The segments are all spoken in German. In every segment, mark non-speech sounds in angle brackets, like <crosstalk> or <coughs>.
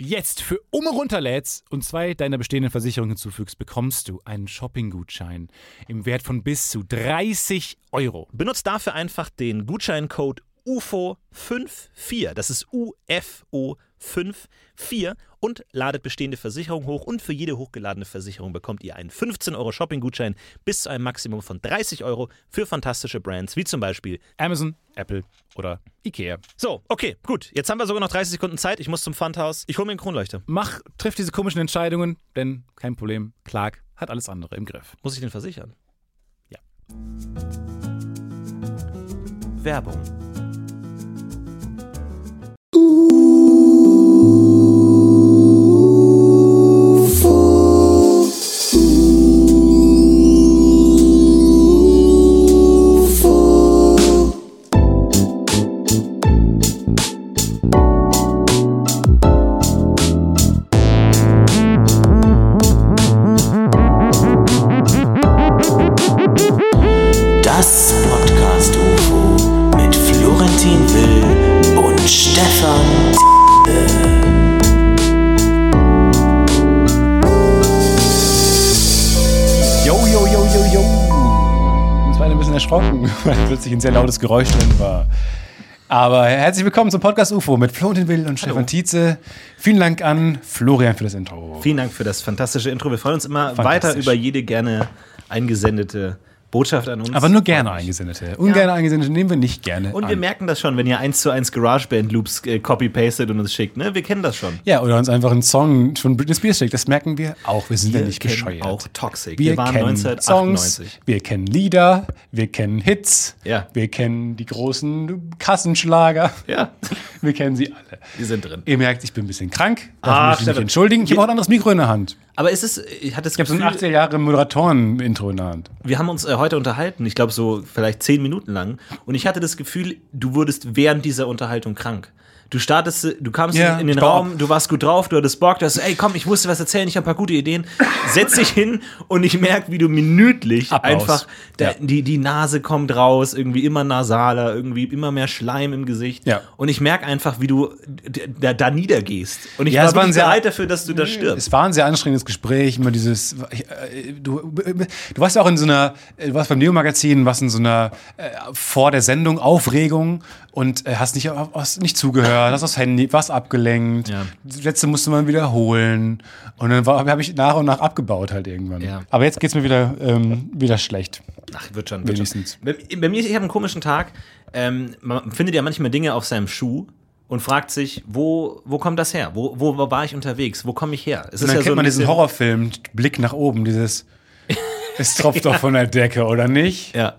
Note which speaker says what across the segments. Speaker 1: jetzt für immer runterlädst und zwei deiner bestehenden Versicherungen hinzufügst, bekommst du einen Shopping-Gutschein im Wert von bis zu 30 Euro.
Speaker 2: Benutzt dafür einfach den Gutscheincode UFO54, das ist UFO54 und ladet bestehende Versicherungen hoch und für jede hochgeladene Versicherung bekommt ihr einen 15 Euro Shopping-Gutschein bis zu einem Maximum von 30 Euro für fantastische Brands wie zum Beispiel
Speaker 1: Amazon, Apple oder Ikea.
Speaker 2: So, okay, gut. Jetzt haben wir sogar noch 30 Sekunden Zeit. Ich muss zum Pfandhaus. Ich hole mir einen Kronleuchter.
Speaker 1: mach, triff diese komischen Entscheidungen, denn kein Problem, Clark hat alles andere im Griff.
Speaker 2: Muss ich den versichern?
Speaker 3: Werbung. Das Podcast UFO mit Florentin Will und Stefan
Speaker 1: Yo, yo, yo, yo, yo. Ich war ein bisschen erschrocken, <laughs> weil plötzlich ein sehr lautes Geräusch drin war. Aber herzlich willkommen zum Podcast UFO mit Flo und den Will und Stefan Tietze. Vielen Dank an Florian für das Intro.
Speaker 2: Vielen Dank für das fantastische Intro. Wir freuen uns immer
Speaker 1: Fantastisch.
Speaker 2: weiter über jede gerne eingesendete Botschaft an uns.
Speaker 1: Aber nur gerne eingesendete. Ungerne eingesendete nehmen wir nicht gerne.
Speaker 2: und wir
Speaker 1: an.
Speaker 2: merken das schon, wenn ihr eins zu eins GarageBand Loops äh, copy-pastet und uns schickt. Ne? Wir kennen das schon.
Speaker 1: Ja, oder uns einfach einen Song von Britney Spears schickt. Das merken wir auch. Wir sind ja nicht
Speaker 2: kennen
Speaker 1: bescheuert.
Speaker 2: auch Toxic.
Speaker 1: Wir,
Speaker 2: Wir waren
Speaker 1: kennen
Speaker 2: 1998.
Speaker 1: Songs, wir kennen Lieder, wir kennen Hits,
Speaker 2: Ja.
Speaker 1: wir kennen die großen Kassenschlager.
Speaker 2: Ja,
Speaker 1: <laughs>
Speaker 2: <laughs>
Speaker 1: Wir kennen sie alle.
Speaker 2: wir sind drin.
Speaker 1: Ihr merkt, ich bin ein bisschen krank. Dafür
Speaker 2: Ach,
Speaker 1: möchte ich mich
Speaker 2: Stefan.
Speaker 1: entschuldigen. Ich habe
Speaker 2: Wir-
Speaker 1: auch ein anderes Mikro in der Hand.
Speaker 2: Aber es ist, ich hatte das
Speaker 1: Ich habe so ein
Speaker 2: Gefühl,
Speaker 1: 80er Jahre Moderatoren-Intro in der Hand.
Speaker 2: wir haben uns äh, heute unterhalten, ich glaube so vielleicht zehn Minuten lang, und ich hatte das Gefühl, du wurdest während dieser Unterhaltung krank. Du startest, äh, du kamst
Speaker 1: Ja,
Speaker 2: in- in den
Speaker 1: ich war
Speaker 2: Raum, du warst gut drauf, du hattest Bock, du hast, so, ey komm, ich muss dir was erzählen, ich habe ein paar gute Ideen. Setz dich hin und ich merke, wie du minütlich
Speaker 1: Abbaust.
Speaker 2: einfach, der,
Speaker 1: Ja.
Speaker 2: die, die Nase kommt raus, irgendwie immer nasaler, irgendwie immer mehr Schleim im Gesicht.
Speaker 1: Ja.
Speaker 2: Und ich merke einfach, wie du d- da, da niedergehst. Und ich
Speaker 1: Ja,
Speaker 2: war,
Speaker 1: es war ein
Speaker 2: wirklich
Speaker 1: sehr-
Speaker 2: bereit dafür, dass du da stirbst.
Speaker 1: Es war ein sehr anstrengendes Gespräch, immer dieses. äh, Du, du warst ja auch in so einer, äh, du warst beim Neo-Magazin, warst in so einer äh, vor der Sendung Aufregung und äh, hast nicht, hast nicht zugehört, hast aufs Handy, warst abgelenkt.
Speaker 2: Ja.
Speaker 1: Das letzte musste man wiederholen. Und dann habe ich nach und nach abgebaut halt irgendwann.
Speaker 2: Ja.
Speaker 1: Aber jetzt geht's mir wieder, ähm, wieder schlecht.
Speaker 2: Ach, wird schon, wird schon.
Speaker 1: Wenigstens.
Speaker 2: Bei, bei mir, ich habe einen komischen Tag. Ähm, man findet ja manchmal Dinge auf seinem Schuh und fragt sich, wo, wo kommt das her? Wo, wo, war ich unterwegs? Wo komme ich her? Es
Speaker 1: Und dann
Speaker 2: ja
Speaker 1: kennt
Speaker 2: ein
Speaker 1: man diesen
Speaker 2: bisschen-
Speaker 1: Horrorfilm, Blick nach
Speaker 2: <laughs>
Speaker 1: oben, dieses. Es tropft doch von der Decke, oder nicht?
Speaker 2: Ja.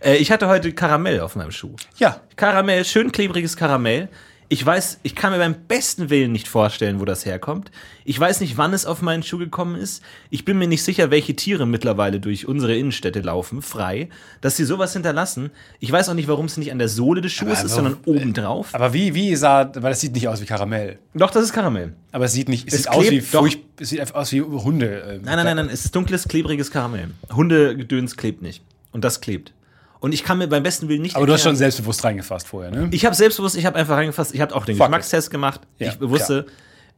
Speaker 2: Äh, ich hatte heute Karamell auf meinem Schuh.
Speaker 1: Ja.
Speaker 2: Karamell, schön klebriges Karamell. Ich weiß, ich kann mir beim besten Willen nicht vorstellen, wo das herkommt. Ich weiß nicht, wann es auf meinen Schuh gekommen ist. Ich bin mir nicht sicher, welche Tiere mittlerweile durch unsere Innenstädte laufen, frei, dass sie sowas hinterlassen. Ich weiß auch nicht, warum es nicht an der Sohle des Schuhes
Speaker 1: Aber
Speaker 2: ist,
Speaker 1: warum-
Speaker 2: sondern obendrauf.
Speaker 1: Aber wie, wie sah, weil das sieht nicht aus wie Karamell.
Speaker 2: Doch, das ist Karamell.
Speaker 1: Aber es sieht nicht, es,
Speaker 2: Es
Speaker 1: sieht aus wie
Speaker 2: klebt doch.
Speaker 1: furcht, es sieht einfach aus wie Hunde. ähm,
Speaker 2: Nein, nein, nein, nein, es ist dunkles, klebriges Karamell. Hundegedöns klebt nicht. Und das klebt. Und ich kann mir beim besten Willen nicht
Speaker 1: Aber du hast schon
Speaker 2: erklären-
Speaker 1: selbstbewusst reingefasst vorher, ne?
Speaker 2: Ich habe selbstbewusst, ich habe einfach reingefasst, ich habe auch den
Speaker 1: Fuck
Speaker 2: Geschmackstest gemacht.
Speaker 1: Ja,
Speaker 2: ich wusste,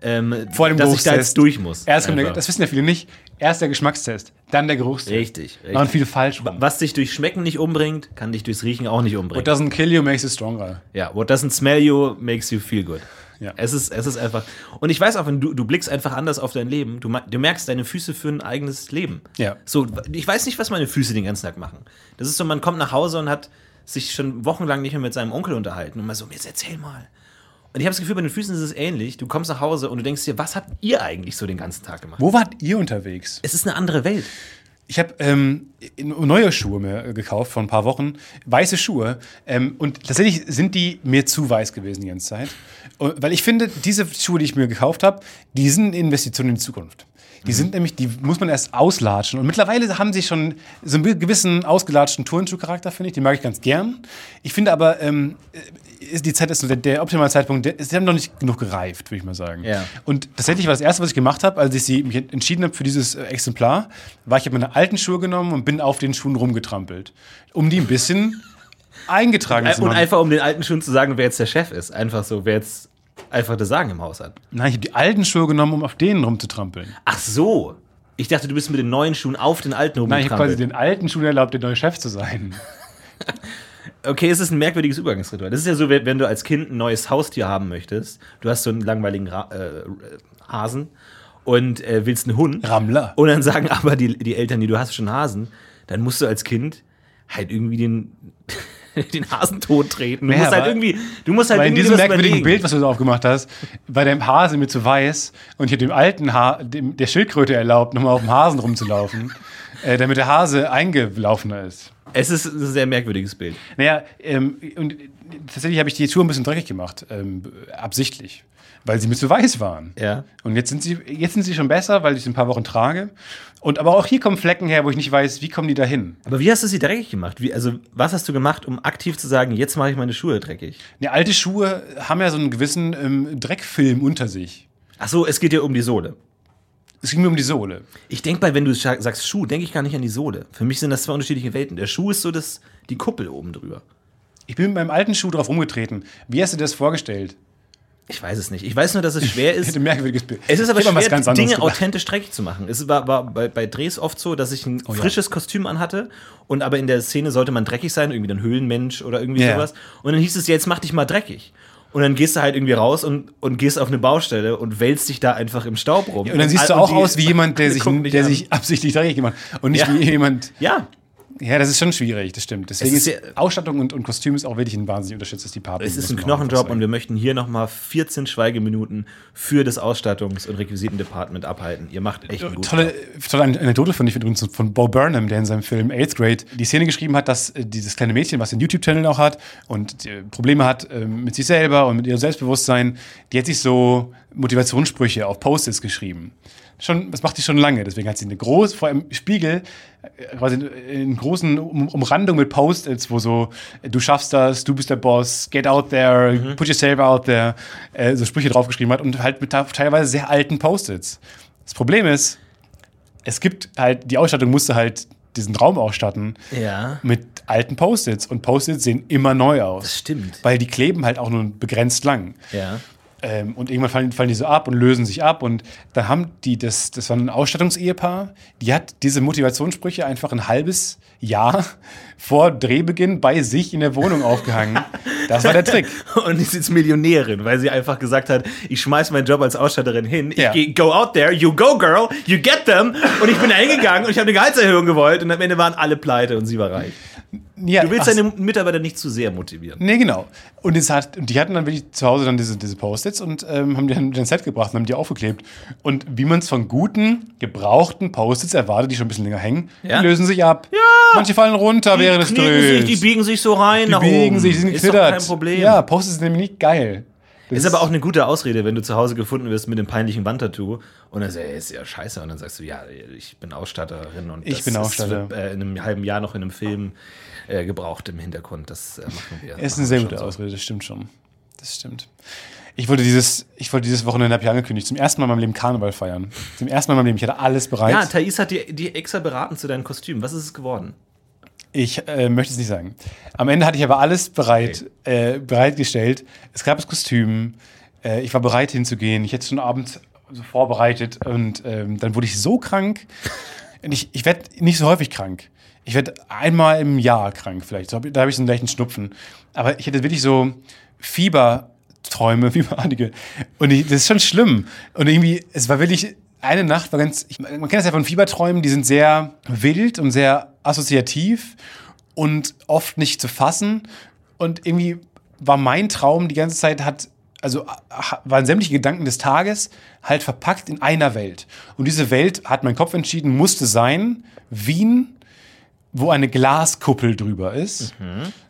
Speaker 2: ähm,
Speaker 1: Vor dem
Speaker 2: dass ich da
Speaker 1: Geruchstest.
Speaker 2: jetzt durch muss.
Speaker 1: Erst kommt der,
Speaker 2: Einfach.
Speaker 1: das wissen ja viele nicht. Erst der Geschmackstest, dann der Geruchstest.
Speaker 2: Richtig,
Speaker 1: Machen
Speaker 2: richtig.
Speaker 1: viele falsch rum.
Speaker 2: Was dich durch Schmecken nicht umbringt, kann dich durchs Riechen auch nicht umbringen.
Speaker 1: What doesn't kill you makes you stronger.
Speaker 2: ja, what doesn't smell you makes you feel good.
Speaker 1: Ja.
Speaker 2: Es, ist, es ist einfach. Und ich weiß auch, wenn du, du blickst einfach anders auf dein Leben. Du, ma- du merkst, deine Füße führen ein eigenes Leben.
Speaker 1: Ja.
Speaker 2: So, ich weiß nicht, was meine Füße den ganzen Tag machen. Das ist so, man kommt nach Hause und hat sich schon wochenlang nicht mehr mit seinem Onkel unterhalten und mal so, jetzt erzähl mal. Und ich habe das Gefühl, bei den Füßen ist es ähnlich. Du kommst nach Hause und du denkst dir, was habt ihr eigentlich so den ganzen Tag gemacht?
Speaker 1: Wo wart ihr unterwegs?
Speaker 2: Es ist eine andere Welt.
Speaker 1: Ich habe ähm, neue Schuhe mir gekauft vor ein paar Wochen, weiße Schuhe. Ähm, und tatsächlich sind die mir zu weiß gewesen die ganze Zeit. Und, weil ich finde, diese Schuhe, die ich mir gekauft habe, die sind eine Investition in die Zukunft. Die sind nämlich, die muss man erst auslatschen. Und mittlerweile haben sie schon so einen gewissen ausgelatschten Turnschuhcharakter, finde ich. Den mag ich ganz gern. Ich finde aber, ähm, ist- die Zeit ist so der, der optimale Zeitpunkt. Der, sie haben noch nicht genug gereift, würde ich mal sagen.
Speaker 2: Ja.
Speaker 1: Und tatsächlich war das Erste, was ich gemacht habe, als ich sie mich entschieden habe für dieses äh, Exemplar, war, ich habe meine alten Schuhe genommen und bin auf den Schuhen rumgetrampelt, um die
Speaker 2: <laughs>
Speaker 1: ein bisschen eingetragen zu
Speaker 2: Und
Speaker 1: machen.
Speaker 2: einfach um den alten Schuhen zu sagen, wer jetzt der Chef ist. Einfach so, wer jetzt einfach das Sagen im Haus hat.
Speaker 1: Nein, ich habe die alten Schuhe genommen, um auf denen rumzutrampeln.
Speaker 2: Ach so. Ich dachte, du bist mit den neuen Schuhen auf den alten
Speaker 1: Nein, ich habe quasi
Speaker 2: rumgetrampelt.
Speaker 1: den alten Schuhen erlaubt, der neue Chef zu sein.
Speaker 2: Okay, es ist ein merkwürdiges Übergangsritual. Das ist ja so, wenn wenn du als Kind ein neues Haustier haben möchtest. Du hast so einen langweiligen Ra äh, Hasen und äh, willst einen Hund.
Speaker 1: Rammler.
Speaker 2: Und dann sagen <laughs> aber die, die Eltern, nee, du hast schon Hasen. Dann musst du als Kind halt irgendwie den, <laughs> den Hasen tot treten. Du
Speaker 1: Ja,
Speaker 2: musst halt
Speaker 1: aber-
Speaker 2: irgendwie, du musst halt
Speaker 1: Weil in
Speaker 2: irgendwie
Speaker 1: diesem
Speaker 2: was
Speaker 1: merkwürdigen
Speaker 2: überlegen.
Speaker 1: Bild, was du so aufgemacht hast, bei deinem Hasen mir zu weiß und ich habe dem alten ha dem, der Schildkröte erlaubt, nochmal auf dem Hasen rumzulaufen, äh, damit der Hase eingelaufener ist.
Speaker 2: Es ist ein sehr merkwürdiges Bild.
Speaker 1: Naja, ähm, und tatsächlich habe ich die Schuhe ein bisschen dreckig gemacht, ähm, absichtlich, weil sie mir zu weiß waren.
Speaker 2: Ja.
Speaker 1: Und jetzt sind, sie, jetzt sind sie schon besser, weil ich sie ein paar Wochen trage. Und aber auch hier kommen Flecken her, wo ich nicht weiß, wie kommen die da hin.
Speaker 2: Aber wie hast du sie dreckig gemacht? Wie, also, was hast du gemacht, um aktiv zu sagen, jetzt mache ich meine Schuhe dreckig?
Speaker 1: Ne, alte Schuhe haben ja so einen gewissen ähm, Dreckfilm unter sich.
Speaker 2: Ach so, es geht ja um die Sohle.
Speaker 1: Es ging mir um die Sohle.
Speaker 2: Ich denke bei, wenn du scha- sagst Schuh, denke ich gar nicht an die Sohle. Für mich sind das zwei unterschiedliche Welten. Der Schuh ist so das, die Kuppel oben drüber.
Speaker 1: Ich bin mit meinem alten Schuh drauf rumgetreten. Wie hast du dir das vorgestellt?
Speaker 2: Ich weiß es nicht. Ich weiß nur, dass es schwer
Speaker 1: Das ist
Speaker 2: ist.
Speaker 1: ein merkwürdiges Bild.
Speaker 2: Es ist aber
Speaker 1: Ich hab mal
Speaker 2: schwer,
Speaker 1: anderes
Speaker 2: Dinge
Speaker 1: gemacht.
Speaker 2: authentisch dreckig zu machen. Es war, war bei, bei Drehs oft so, dass ich ein
Speaker 1: Oh ja.
Speaker 2: frisches Kostüm anhatte und aber in der Szene sollte man dreckig sein, irgendwie ein Höhlenmensch oder irgendwie
Speaker 1: Ja.
Speaker 2: sowas. Und dann hieß es, jetzt mach dich mal dreckig. Und dann gehst du halt irgendwie raus und, und gehst auf eine Baustelle und wälzt dich da einfach im Staub rum.
Speaker 1: Und dann siehst du
Speaker 2: all-
Speaker 1: auch
Speaker 2: Also die-
Speaker 1: aus wie jemand,
Speaker 2: <laughs>
Speaker 1: der
Speaker 2: alle
Speaker 1: sich,
Speaker 2: gucken dich
Speaker 1: der
Speaker 2: an.
Speaker 1: sich absichtlich dreckig gemacht hat. Und nicht
Speaker 2: Ja.
Speaker 1: wie jemand,
Speaker 2: Ja,
Speaker 1: Ja, das ist schon schwierig, das stimmt. Deswegen
Speaker 2: Es
Speaker 1: ist
Speaker 2: ist sehr-
Speaker 1: Ausstattung und, und Kostüm ist auch wirklich ein wahnsinnig unterschätztes Department.
Speaker 2: Es ist
Speaker 1: muss
Speaker 2: ein
Speaker 1: man auch einfach
Speaker 2: Knochenjob
Speaker 1: sagen.
Speaker 2: und wir möchten hier nochmal 14 Schweigeminuten für das Ausstattungs- und Requisiten-Department abhalten. Ihr macht echt einen guten
Speaker 1: Äh, Tolle,
Speaker 2: Job.
Speaker 1: tolle Anekdote fand ich übrigens von Bo Burnham, der in seinem Film Eighth Grade die Szene geschrieben hat, dass äh, dieses kleine Mädchen, was den YouTube-Channel auch hat und äh, Probleme hat ähm, mit sich selber und mit ihrem Selbstbewusstsein, die hat sich so Motivationssprüche auf Post-its geschrieben. Schon, das macht sie schon lange, deswegen hat sie eine große, vor einem Spiegel, äh, quasi in großen um Umrandung mit Post-its, wo so, äh, du schaffst das, du bist der Boss, get out there, put yourself out there, äh, so Sprüche draufgeschrieben hat und halt mit ta- teilweise sehr alten Post-its. Das Problem ist, es gibt halt, die Ausstattung musste halt diesen Raum ausstatten
Speaker 2: Ja,
Speaker 1: mit alten Post-its. Und Post-its sehen immer neu
Speaker 2: das
Speaker 1: aus.
Speaker 2: stimmt.
Speaker 1: Weil die kleben halt auch nur begrenzt lang.
Speaker 2: Ja.
Speaker 1: Ähm, und irgendwann fallen, fallen die so ab und lösen sich ab. Und da haben die, das, das war ein Ausstattungsehepaar, die hat diese Motivationssprüche einfach ein halbes Jahr <laughs> vor Drehbeginn bei sich in der Wohnung aufgehangen. Das war der Trick.
Speaker 2: <laughs> Und ist jetzt Millionärin, weil sie einfach gesagt hat, ich schmeiß meinen Job als Ausstatterin hin, ich
Speaker 1: Ja.
Speaker 2: geh, go out there, you go girl, you get them. Und ich bin da hingegangen und ich habe eine Gehaltserhöhung gewollt und am Ende waren alle pleite und sie war reich.
Speaker 1: Ja,
Speaker 2: Du willst
Speaker 1: ach,
Speaker 2: deine Mitarbeiter nicht zu sehr motivieren.
Speaker 1: Nee, genau. Und, es hat, und die hatten dann wirklich zu Hause dann diese, diese Post-its und ähm, haben die dann ins Set gebracht und haben die aufgeklebt. Und wie man es von guten, gebrauchten Post-its erwartet, die schon ein bisschen länger hängen,
Speaker 2: Ja.
Speaker 1: die lösen sich ab. Ja. Manche fallen runter während des
Speaker 2: Knicken sich, die
Speaker 1: Drehs.
Speaker 2: biegen sich so rein
Speaker 1: Die
Speaker 2: nach
Speaker 1: biegen
Speaker 2: oben.
Speaker 1: sich, die sind
Speaker 2: Ist doch
Speaker 1: geknittert.
Speaker 2: kein Problem.
Speaker 1: Ja, Post-its sind nämlich nicht geil.
Speaker 2: Ist aber auch eine gute Ausrede, wenn du zu Hause gefunden wirst mit dem peinlichen Wandtattoo und dann sagst du, ist ja scheiße. Und dann sagst du, ja, ich bin Ausstatterin und
Speaker 1: Ich
Speaker 2: das
Speaker 1: bin
Speaker 2: ist,
Speaker 1: Ausstatter.
Speaker 2: wird, äh, in einem halben Jahr noch in einem Film äh, gebraucht im Hintergrund. Das äh, machen wir.
Speaker 1: Ist
Speaker 2: machen
Speaker 1: eine sehr
Speaker 2: wir
Speaker 1: gute
Speaker 2: schon so.
Speaker 1: Ausrede, das stimmt schon. Das stimmt. Ich wollte dieses, ich wollte dieses Wochenende, habe ich angekündigt, zum ersten Mal in meinem Leben Karneval feiern. Zum ersten Mal in meinem Leben. Ich hatte alles bereit.
Speaker 2: Ja, Thais hat dir die extra beraten zu deinen Kostümen. Was ist es geworden?
Speaker 1: Ich äh, möchte es nicht sagen. Am Ende hatte ich aber alles bereit, äh, bereitgestellt. Es gab das Kostüm. Äh, ich war bereit hinzugehen. Ich hätte schon abends so vorbereitet. Und ähm, dann wurde ich so krank. Und ich ich werde nicht so häufig krank. Ich werde einmal im Jahr krank vielleicht. So, hab- da habe ich so einen leichten Schnupfen. Aber ich hätte wirklich so Fieberträume, <laughs> Fieberartige. Und ich, das ist schon schlimm. Und irgendwie, es war wirklich eine Nacht war ganz, ich, man kennt das ja von Fieberträumen, die sind sehr wild und sehr assoziativ und oft nicht zu fassen. Und irgendwie war mein Traum die ganze Zeit, hat, also ha- waren sämtliche Gedanken des Tages halt verpackt in einer Welt. Und diese Welt, hat mein Kopf entschieden, musste sein, Wien, wo eine Glaskuppel drüber ist.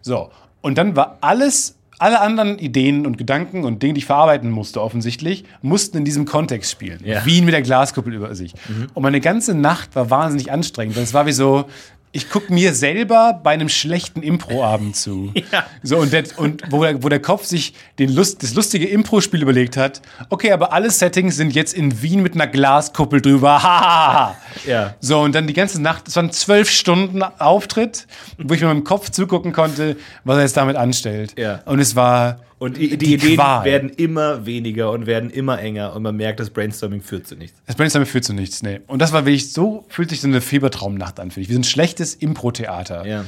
Speaker 1: So, und dann war alles, alle anderen Ideen und Gedanken und Dinge, die ich verarbeiten musste, offensichtlich, mussten in diesem Kontext spielen.
Speaker 2: Ja.
Speaker 1: Wien mit der Glaskuppel über sich. Und meine ganze Nacht war wahnsinnig anstrengend, weil es war wie so. Ich gucke mir selber bei einem schlechten Impro-Abend zu. So, und, der, und wo, der, wo der Kopf sich den Lust, das lustige Impro-Spiel überlegt hat, okay, aber alle Settings sind jetzt in Wien mit einer Glaskuppel drüber. Hahaha.
Speaker 2: Ja.
Speaker 1: So, und dann die ganze Nacht, es waren zwölf Stunden Auftritt, wo ich mit meinem Kopf zugucken konnte, was er jetzt damit anstellt.
Speaker 2: Ja.
Speaker 1: Und es war.
Speaker 2: Und die, die, Ideen werden immer weniger und werden immer enger und man merkt, das Brainstorming führt zu nichts.
Speaker 1: Das Brainstorming führt zu nichts, nee. Und das war wirklich so, fühlt sich so eine Fiebertraumnacht an, finde ich. Wie so ein schlechtes Impro-Theater.
Speaker 2: Ja.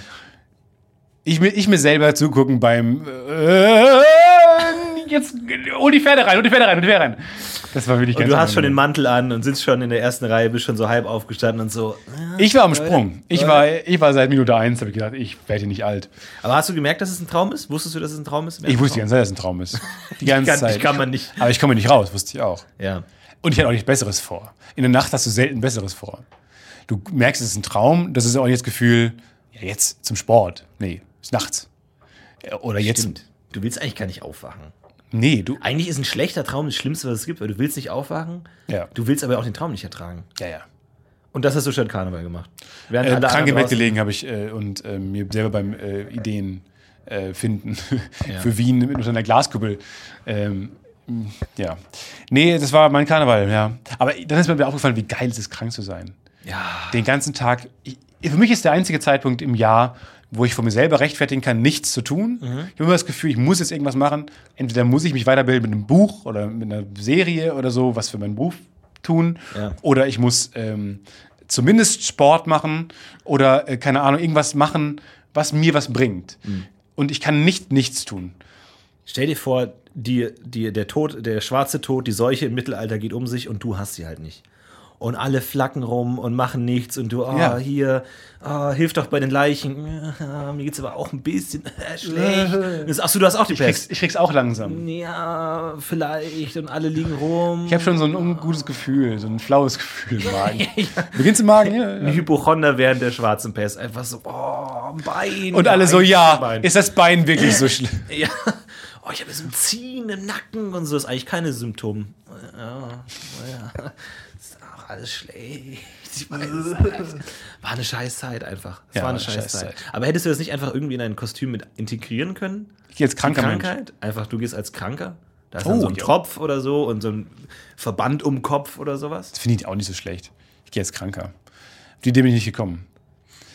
Speaker 1: Ich, mir, ich mir selber zugucken beim. Äh, jetzt hol die Pferde rein, hol die Pferde rein, hol die Pferde rein. Das war wirklich
Speaker 2: Und
Speaker 1: ganz
Speaker 2: du hast schon den
Speaker 1: unangenehm.
Speaker 2: Mantel an und sitzt schon in der ersten Reihe, bist schon so halb aufgestanden und so.
Speaker 1: Ich war am
Speaker 2: Äh,
Speaker 1: Sprung. Ich war, ich war seit Minute eins, habe ich gedacht, ich werde hier nicht alt.
Speaker 2: Aber hast du gemerkt, dass es ein Traum ist? Wusstest du, dass es ein Traum ist?
Speaker 1: Ich wusste die ganze Zeit, dass es ein Traum ist.
Speaker 2: <laughs>
Speaker 1: Die ganze
Speaker 2: kann-
Speaker 1: Zeit.
Speaker 2: ich kann man nicht-
Speaker 1: Aber ich komme nicht raus, wusste ich auch.
Speaker 2: Ja.
Speaker 1: Und ich hatte auch nichts Besseres vor. In der Nacht hast du selten Besseres vor. Du merkst, es ist ein Traum, das ist auch nicht das Gefühl, ja, jetzt zum Sport. Nee, ist nachts. Äh, Oder jetzt.
Speaker 2: Stimmt. Ah, Du willst eigentlich gar nicht aufwachen.
Speaker 1: Nee, du.
Speaker 2: Eigentlich ist ein schlechter Traum das Schlimmste, was es gibt, weil du willst nicht aufwachen,
Speaker 1: Ja.
Speaker 2: du willst aber auch den Traum nicht ertragen.
Speaker 1: Ja, ja.
Speaker 2: Und das hast du statt Karneval gemacht. Während
Speaker 1: Äh, krank im
Speaker 2: anderen
Speaker 1: Bett
Speaker 2: draußen-
Speaker 1: gelegen habe ich äh, und äh, mir selber beim äh, Ideen äh, finden <laughs> für Wien mit unter einer Glaskuppel. Ähm, mh, ja. Nee, das war mein Karneval, ja. Aber dann ist mir aufgefallen, wie geil es ist, krank zu sein.
Speaker 2: Ja.
Speaker 1: den ganzen Tag. Ich, für mich ist der einzige Zeitpunkt im Jahr, wo ich von mir selber rechtfertigen kann, nichts zu tun. Ich habe immer das Gefühl, ich muss jetzt irgendwas machen. Entweder muss ich mich weiterbilden mit einem Buch oder mit einer Serie oder so, was für meinen Beruf tun.
Speaker 2: Ja.
Speaker 1: Oder ich muss ähm, zumindest Sport machen oder, äh, keine Ahnung, irgendwas machen, was mir was bringt. Und ich kann nicht nichts tun.
Speaker 2: Stell dir vor, die, die, der Tod, der schwarze Tod, die Seuche im Mittelalter geht um sich und du hast sie halt nicht. Und alle flacken rum und machen nichts und du, ah,
Speaker 1: Ja.
Speaker 2: hier, ah, hilf doch bei den Leichen. <laughs> Ah, mir geht's aber auch ein bisschen äh, schlecht. Und
Speaker 1: <laughs>
Speaker 2: das- Ach so, du hast auch die
Speaker 1: Ich krieg's,
Speaker 2: Pest.
Speaker 1: ich krieg's auch langsam.
Speaker 2: Ja, vielleicht. Und alle liegen rum.
Speaker 1: Ich habe schon so ein ungutes Gefühl, so ein flaues Gefühl im Magen. Beginnst im Magen? Ja, ja.
Speaker 2: Ein Hypochonder während der schwarzen Pest. Einfach so, oh, ein Bein.
Speaker 1: Und alle so,
Speaker 2: ein
Speaker 1: ja,
Speaker 2: Bein.
Speaker 1: ist das Bein wirklich so schlimm?
Speaker 2: Ja. Oh, ich habe jetzt ein Ziehen im Nacken und so. Ist eigentlich keine Symptome. Ja, oh ja. Ist auch alles schlecht. Ich weiß es nicht. War eine Scheißzeit einfach. Es
Speaker 1: Ja,
Speaker 2: war eine
Speaker 1: war eine
Speaker 2: Scheißzeit.
Speaker 1: Scheißzeit.
Speaker 2: Aber hättest du das nicht einfach irgendwie in ein Kostüm mit integrieren können?
Speaker 1: Ich gehe <laughs> jetzt kranker Mensch.
Speaker 2: Krankheit? Einfach, du gehst als Kranker? Da ist dann
Speaker 1: Oh,
Speaker 2: so ein
Speaker 1: ja.
Speaker 2: Tropf oder so und so ein Verband um den Kopf oder sowas.
Speaker 1: Das finde ich auch nicht so schlecht. Ich gehe jetzt kranker. Auf die Idee bin ich nicht gekommen.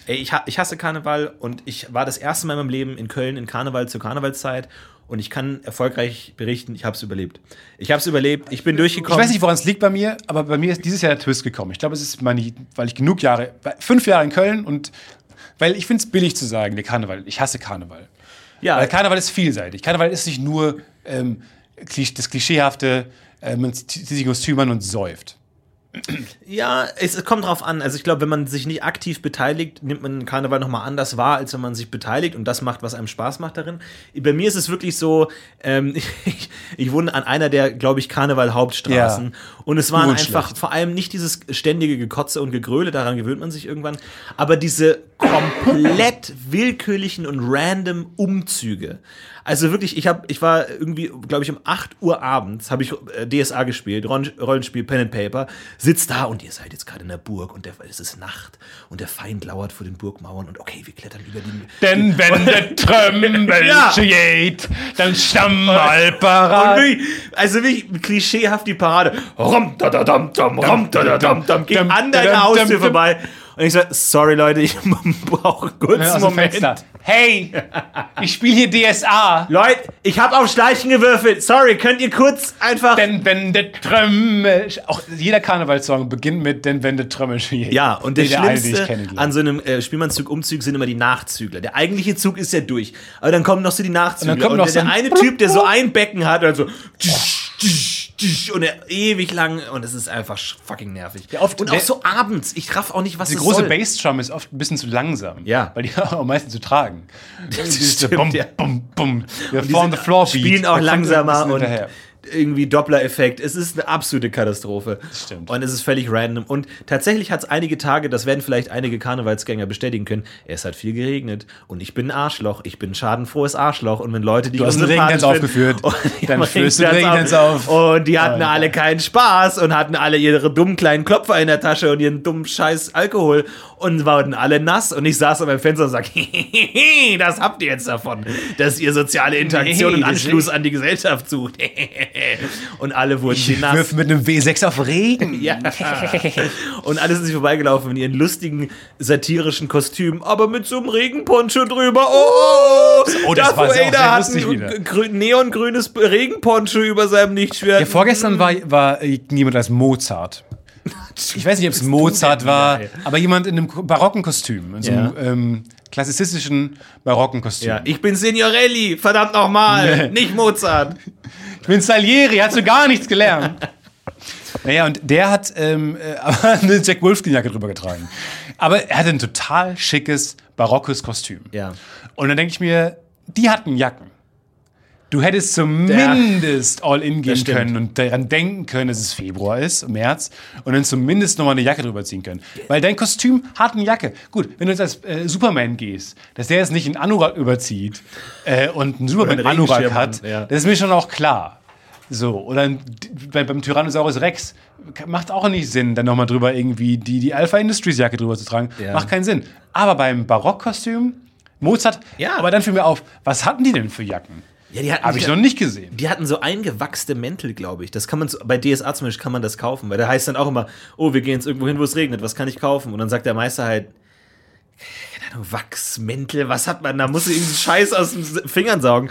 Speaker 2: Ey, ich, ha- ich hasse Karneval und ich war das erste Mal in meinem Leben in Köln in Karneval zur Karnevalszeit und ich kann erfolgreich berichten, ich habe es überlebt. Ich habe es überlebt, ich bin
Speaker 1: Ich
Speaker 2: durchgekommen.
Speaker 1: weiß nicht, woran es liegt bei mir, aber bei mir ist dieses Jahr der Twist gekommen. Ich glaube, es ist meine, weil ich genug Jahre, fünf Jahre in Köln und weil ich finde es billig zu sagen, der Karneval. Ich hasse Karneval.
Speaker 2: ja,
Speaker 1: Weil Karneval ist vielseitig. Karneval ist nicht nur ähm, klisch- das Klischeehafte, äh, man zieht sich in Kostüm an und säuft.
Speaker 2: ja es, es kommt drauf an. Also ich glaube, wenn man sich nicht aktiv beteiligt, nimmt man den Karneval nochmal anders wahr, als wenn man sich beteiligt und das macht, was einem Spaß macht darin. Bei mir ist es wirklich so, ähm, <laughs> ich, ich wohne an einer der, glaube ich, Karneval-Hauptstraßen und es waren
Speaker 1: Nur und
Speaker 2: einfach
Speaker 1: schlecht.
Speaker 2: vor allem nicht dieses ständige Gekotze und Gegröle, daran gewöhnt man sich irgendwann, aber diese komplett willkürlichen und random Umzüge. Also wirklich, ich habe, ich war irgendwie, glaube ich, um 8 Uhr abends habe ich äh, DSA gespielt, Ron Rollenspiel Pen and Paper, sitzt da und ihr seid jetzt gerade in der Burg und der, es ist Nacht und der Feind lauert vor den Burgmauern und okay, wir klettern über den.
Speaker 1: Denn wenn <laughs> der Trömmel
Speaker 2: Ja.
Speaker 1: steht, dann stamm mal parat.
Speaker 2: Und wirklich, also wirklich klischeehaft die Parade. Rum, da, da, dam, dam, rum, da, da, dam, dam, ging
Speaker 1: Dam,
Speaker 2: an
Speaker 1: dam,
Speaker 2: deiner
Speaker 1: dam,
Speaker 2: Haustür
Speaker 1: dam.
Speaker 2: vorbei. Und ich so, sorry Leute, ich <laughs> brauche einen kurzen
Speaker 1: Aus dem also Fenster.
Speaker 2: Moment.
Speaker 1: Hey, ich spiele hier DSA.
Speaker 2: Leute, ich habe auf Schleichen gewürfelt. Sorry, könnt ihr kurz einfach.
Speaker 1: Denn wenn der Trömmel. Auch jeder Karnevalssong beginnt mit Denn wenn der <laughs> Trömmel steht.
Speaker 2: ja, und der,
Speaker 1: Der eine, den ich
Speaker 2: Schlimmste
Speaker 1: kennengelernt.
Speaker 2: an so einem äh, Spielmannszug, Umzug sind immer die Nachzügler. Der eigentliche Zug ist ja durch. Aber dann kommen noch so die Nachzügler.
Speaker 1: Und dann kommt noch
Speaker 2: der,
Speaker 1: so
Speaker 2: der
Speaker 1: ein
Speaker 2: eine Typ, der so ein Becken hat, also. tsch, tsch, tsch, Und er ewig lang, und es ist einfach sch- fucking nervig.
Speaker 1: oft-
Speaker 2: und auch
Speaker 1: der-
Speaker 2: so abends, ich raff auch nicht, was
Speaker 1: Die
Speaker 2: das
Speaker 1: große
Speaker 2: soll.
Speaker 1: Bassdrum ist oft ein bisschen zu langsam.
Speaker 2: Ja.
Speaker 1: Weil die <laughs> auch am meisten zu tragen. Das
Speaker 2: stimmt,
Speaker 1: bum,
Speaker 2: ja.
Speaker 1: bum, bum. Der
Speaker 2: Und die
Speaker 1: Form the
Speaker 2: sind-
Speaker 1: Floor Beat.
Speaker 2: Spielen
Speaker 1: Da
Speaker 2: auch
Speaker 1: kommt
Speaker 2: langsamer
Speaker 1: ein bisschen
Speaker 2: und
Speaker 1: hinterher.
Speaker 2: irgendwie Doppler-Effekt. Es ist eine absolute Katastrophe.
Speaker 1: Stimmt.
Speaker 2: Und es ist völlig random. Und tatsächlich hat es einige Tage, das werden vielleicht einige Karnevalsgänger bestätigen können, es hat viel geregnet und ich bin ein Arschloch. Ich bin ein schadenfrohes Arschloch. Und wenn Leute, die
Speaker 1: Du hast einen
Speaker 2: unsympathisch
Speaker 1: Regentanz
Speaker 2: sind-
Speaker 1: aufgeführt.
Speaker 2: Und- <laughs>
Speaker 1: Dann
Speaker 2: Ja,
Speaker 1: führst du einen
Speaker 2: Regentanz
Speaker 1: Regentanz auf.
Speaker 2: Und die hatten
Speaker 1: Alter.
Speaker 2: alle keinen Spaß und hatten alle ihre dummen kleinen Klopfer in der Tasche und ihren dummen Scheiß Alkohol und wurden alle nass. Und ich saß an meinem Fenster und sag, <laughs> "Hehehe, das habt ihr jetzt davon, dass ihr soziale Interaktion
Speaker 1: Nee,
Speaker 2: und
Speaker 1: deswegen-
Speaker 2: Anschluss an die Gesellschaft sucht. <laughs> und alle wurden die nass.
Speaker 1: Wirf mit einem W6 auf Regen. <laughs>
Speaker 2: Ja. Und alle sind sich vorbeigelaufen in ihren lustigen, satirischen Kostümen, aber mit so einem Regenponcho drüber. Oh, oh, oh.
Speaker 1: Oh, das
Speaker 2: Darth
Speaker 1: war sehr- auch
Speaker 2: Vader
Speaker 1: sehr
Speaker 2: hat
Speaker 1: lustig
Speaker 2: ein
Speaker 1: wieder.
Speaker 2: grün- neongrünes Regenponcho über seinem Lichtschwert.
Speaker 1: Ja, vorgestern war, war äh, jemand als Mozart. Ich weiß nicht, ob es Mozart war,
Speaker 2: ey?
Speaker 1: aber jemand in einem barocken Kostüm. In so einem ähm, klassizistischen barocken Kostüm.
Speaker 2: ja, ich bin Signorelli, verdammt nochmal, nicht Mozart.
Speaker 1: Ich bin Salieri, hast du gar
Speaker 2: <laughs>
Speaker 1: nichts gelernt. Naja, und der hat ähm, äh, aber <laughs> eine Jack Wolfskin-Jacke drüber getragen. Aber er hatte ein total schickes, barockes Kostüm.
Speaker 2: Ja.
Speaker 1: Und dann denke ich mir, die hatten Jacken. Du hättest zumindest all-in gehen
Speaker 2: stimmt.
Speaker 1: können und daran denken können, dass es Februar ist, März, und dann zumindest nochmal eine Jacke drüber ziehen können. Weil dein Kostüm hat eine Jacke. Gut, wenn du jetzt als äh, Superman gehst, dass der jetzt nicht einen Anorak überzieht äh, und einen Superman-Anorak
Speaker 2: Regenschirm
Speaker 1: hat,
Speaker 2: an, ja.
Speaker 1: das ist mir schon auch klar. So, oder ein, bei, beim Tyrannosaurus Rex macht auch nicht Sinn, dann nochmal drüber irgendwie die, die Alpha Industries Jacke drüber zu tragen.
Speaker 2: Ja.
Speaker 1: Macht keinen Sinn. Aber beim Barockkostüm, Mozart,
Speaker 2: Ja.
Speaker 1: aber dann fiel mir auf, was hatten die denn für Jacken?
Speaker 2: Ja, die hatten
Speaker 1: Habe ich noch nicht gesehen.
Speaker 2: Die hatten so eingewachste Mäntel, glaube ich. Das kann man so, bei DSA zum Beispiel kann man das kaufen, weil da heißt dann auch immer, oh, wir gehen jetzt irgendwo hin, wo es regnet, was kann ich kaufen? Und dann sagt der Meister halt, keine Ahnung, Wachsmäntel, was hat man? Da muss ich irgendwie Scheiß aus den Fingern saugen.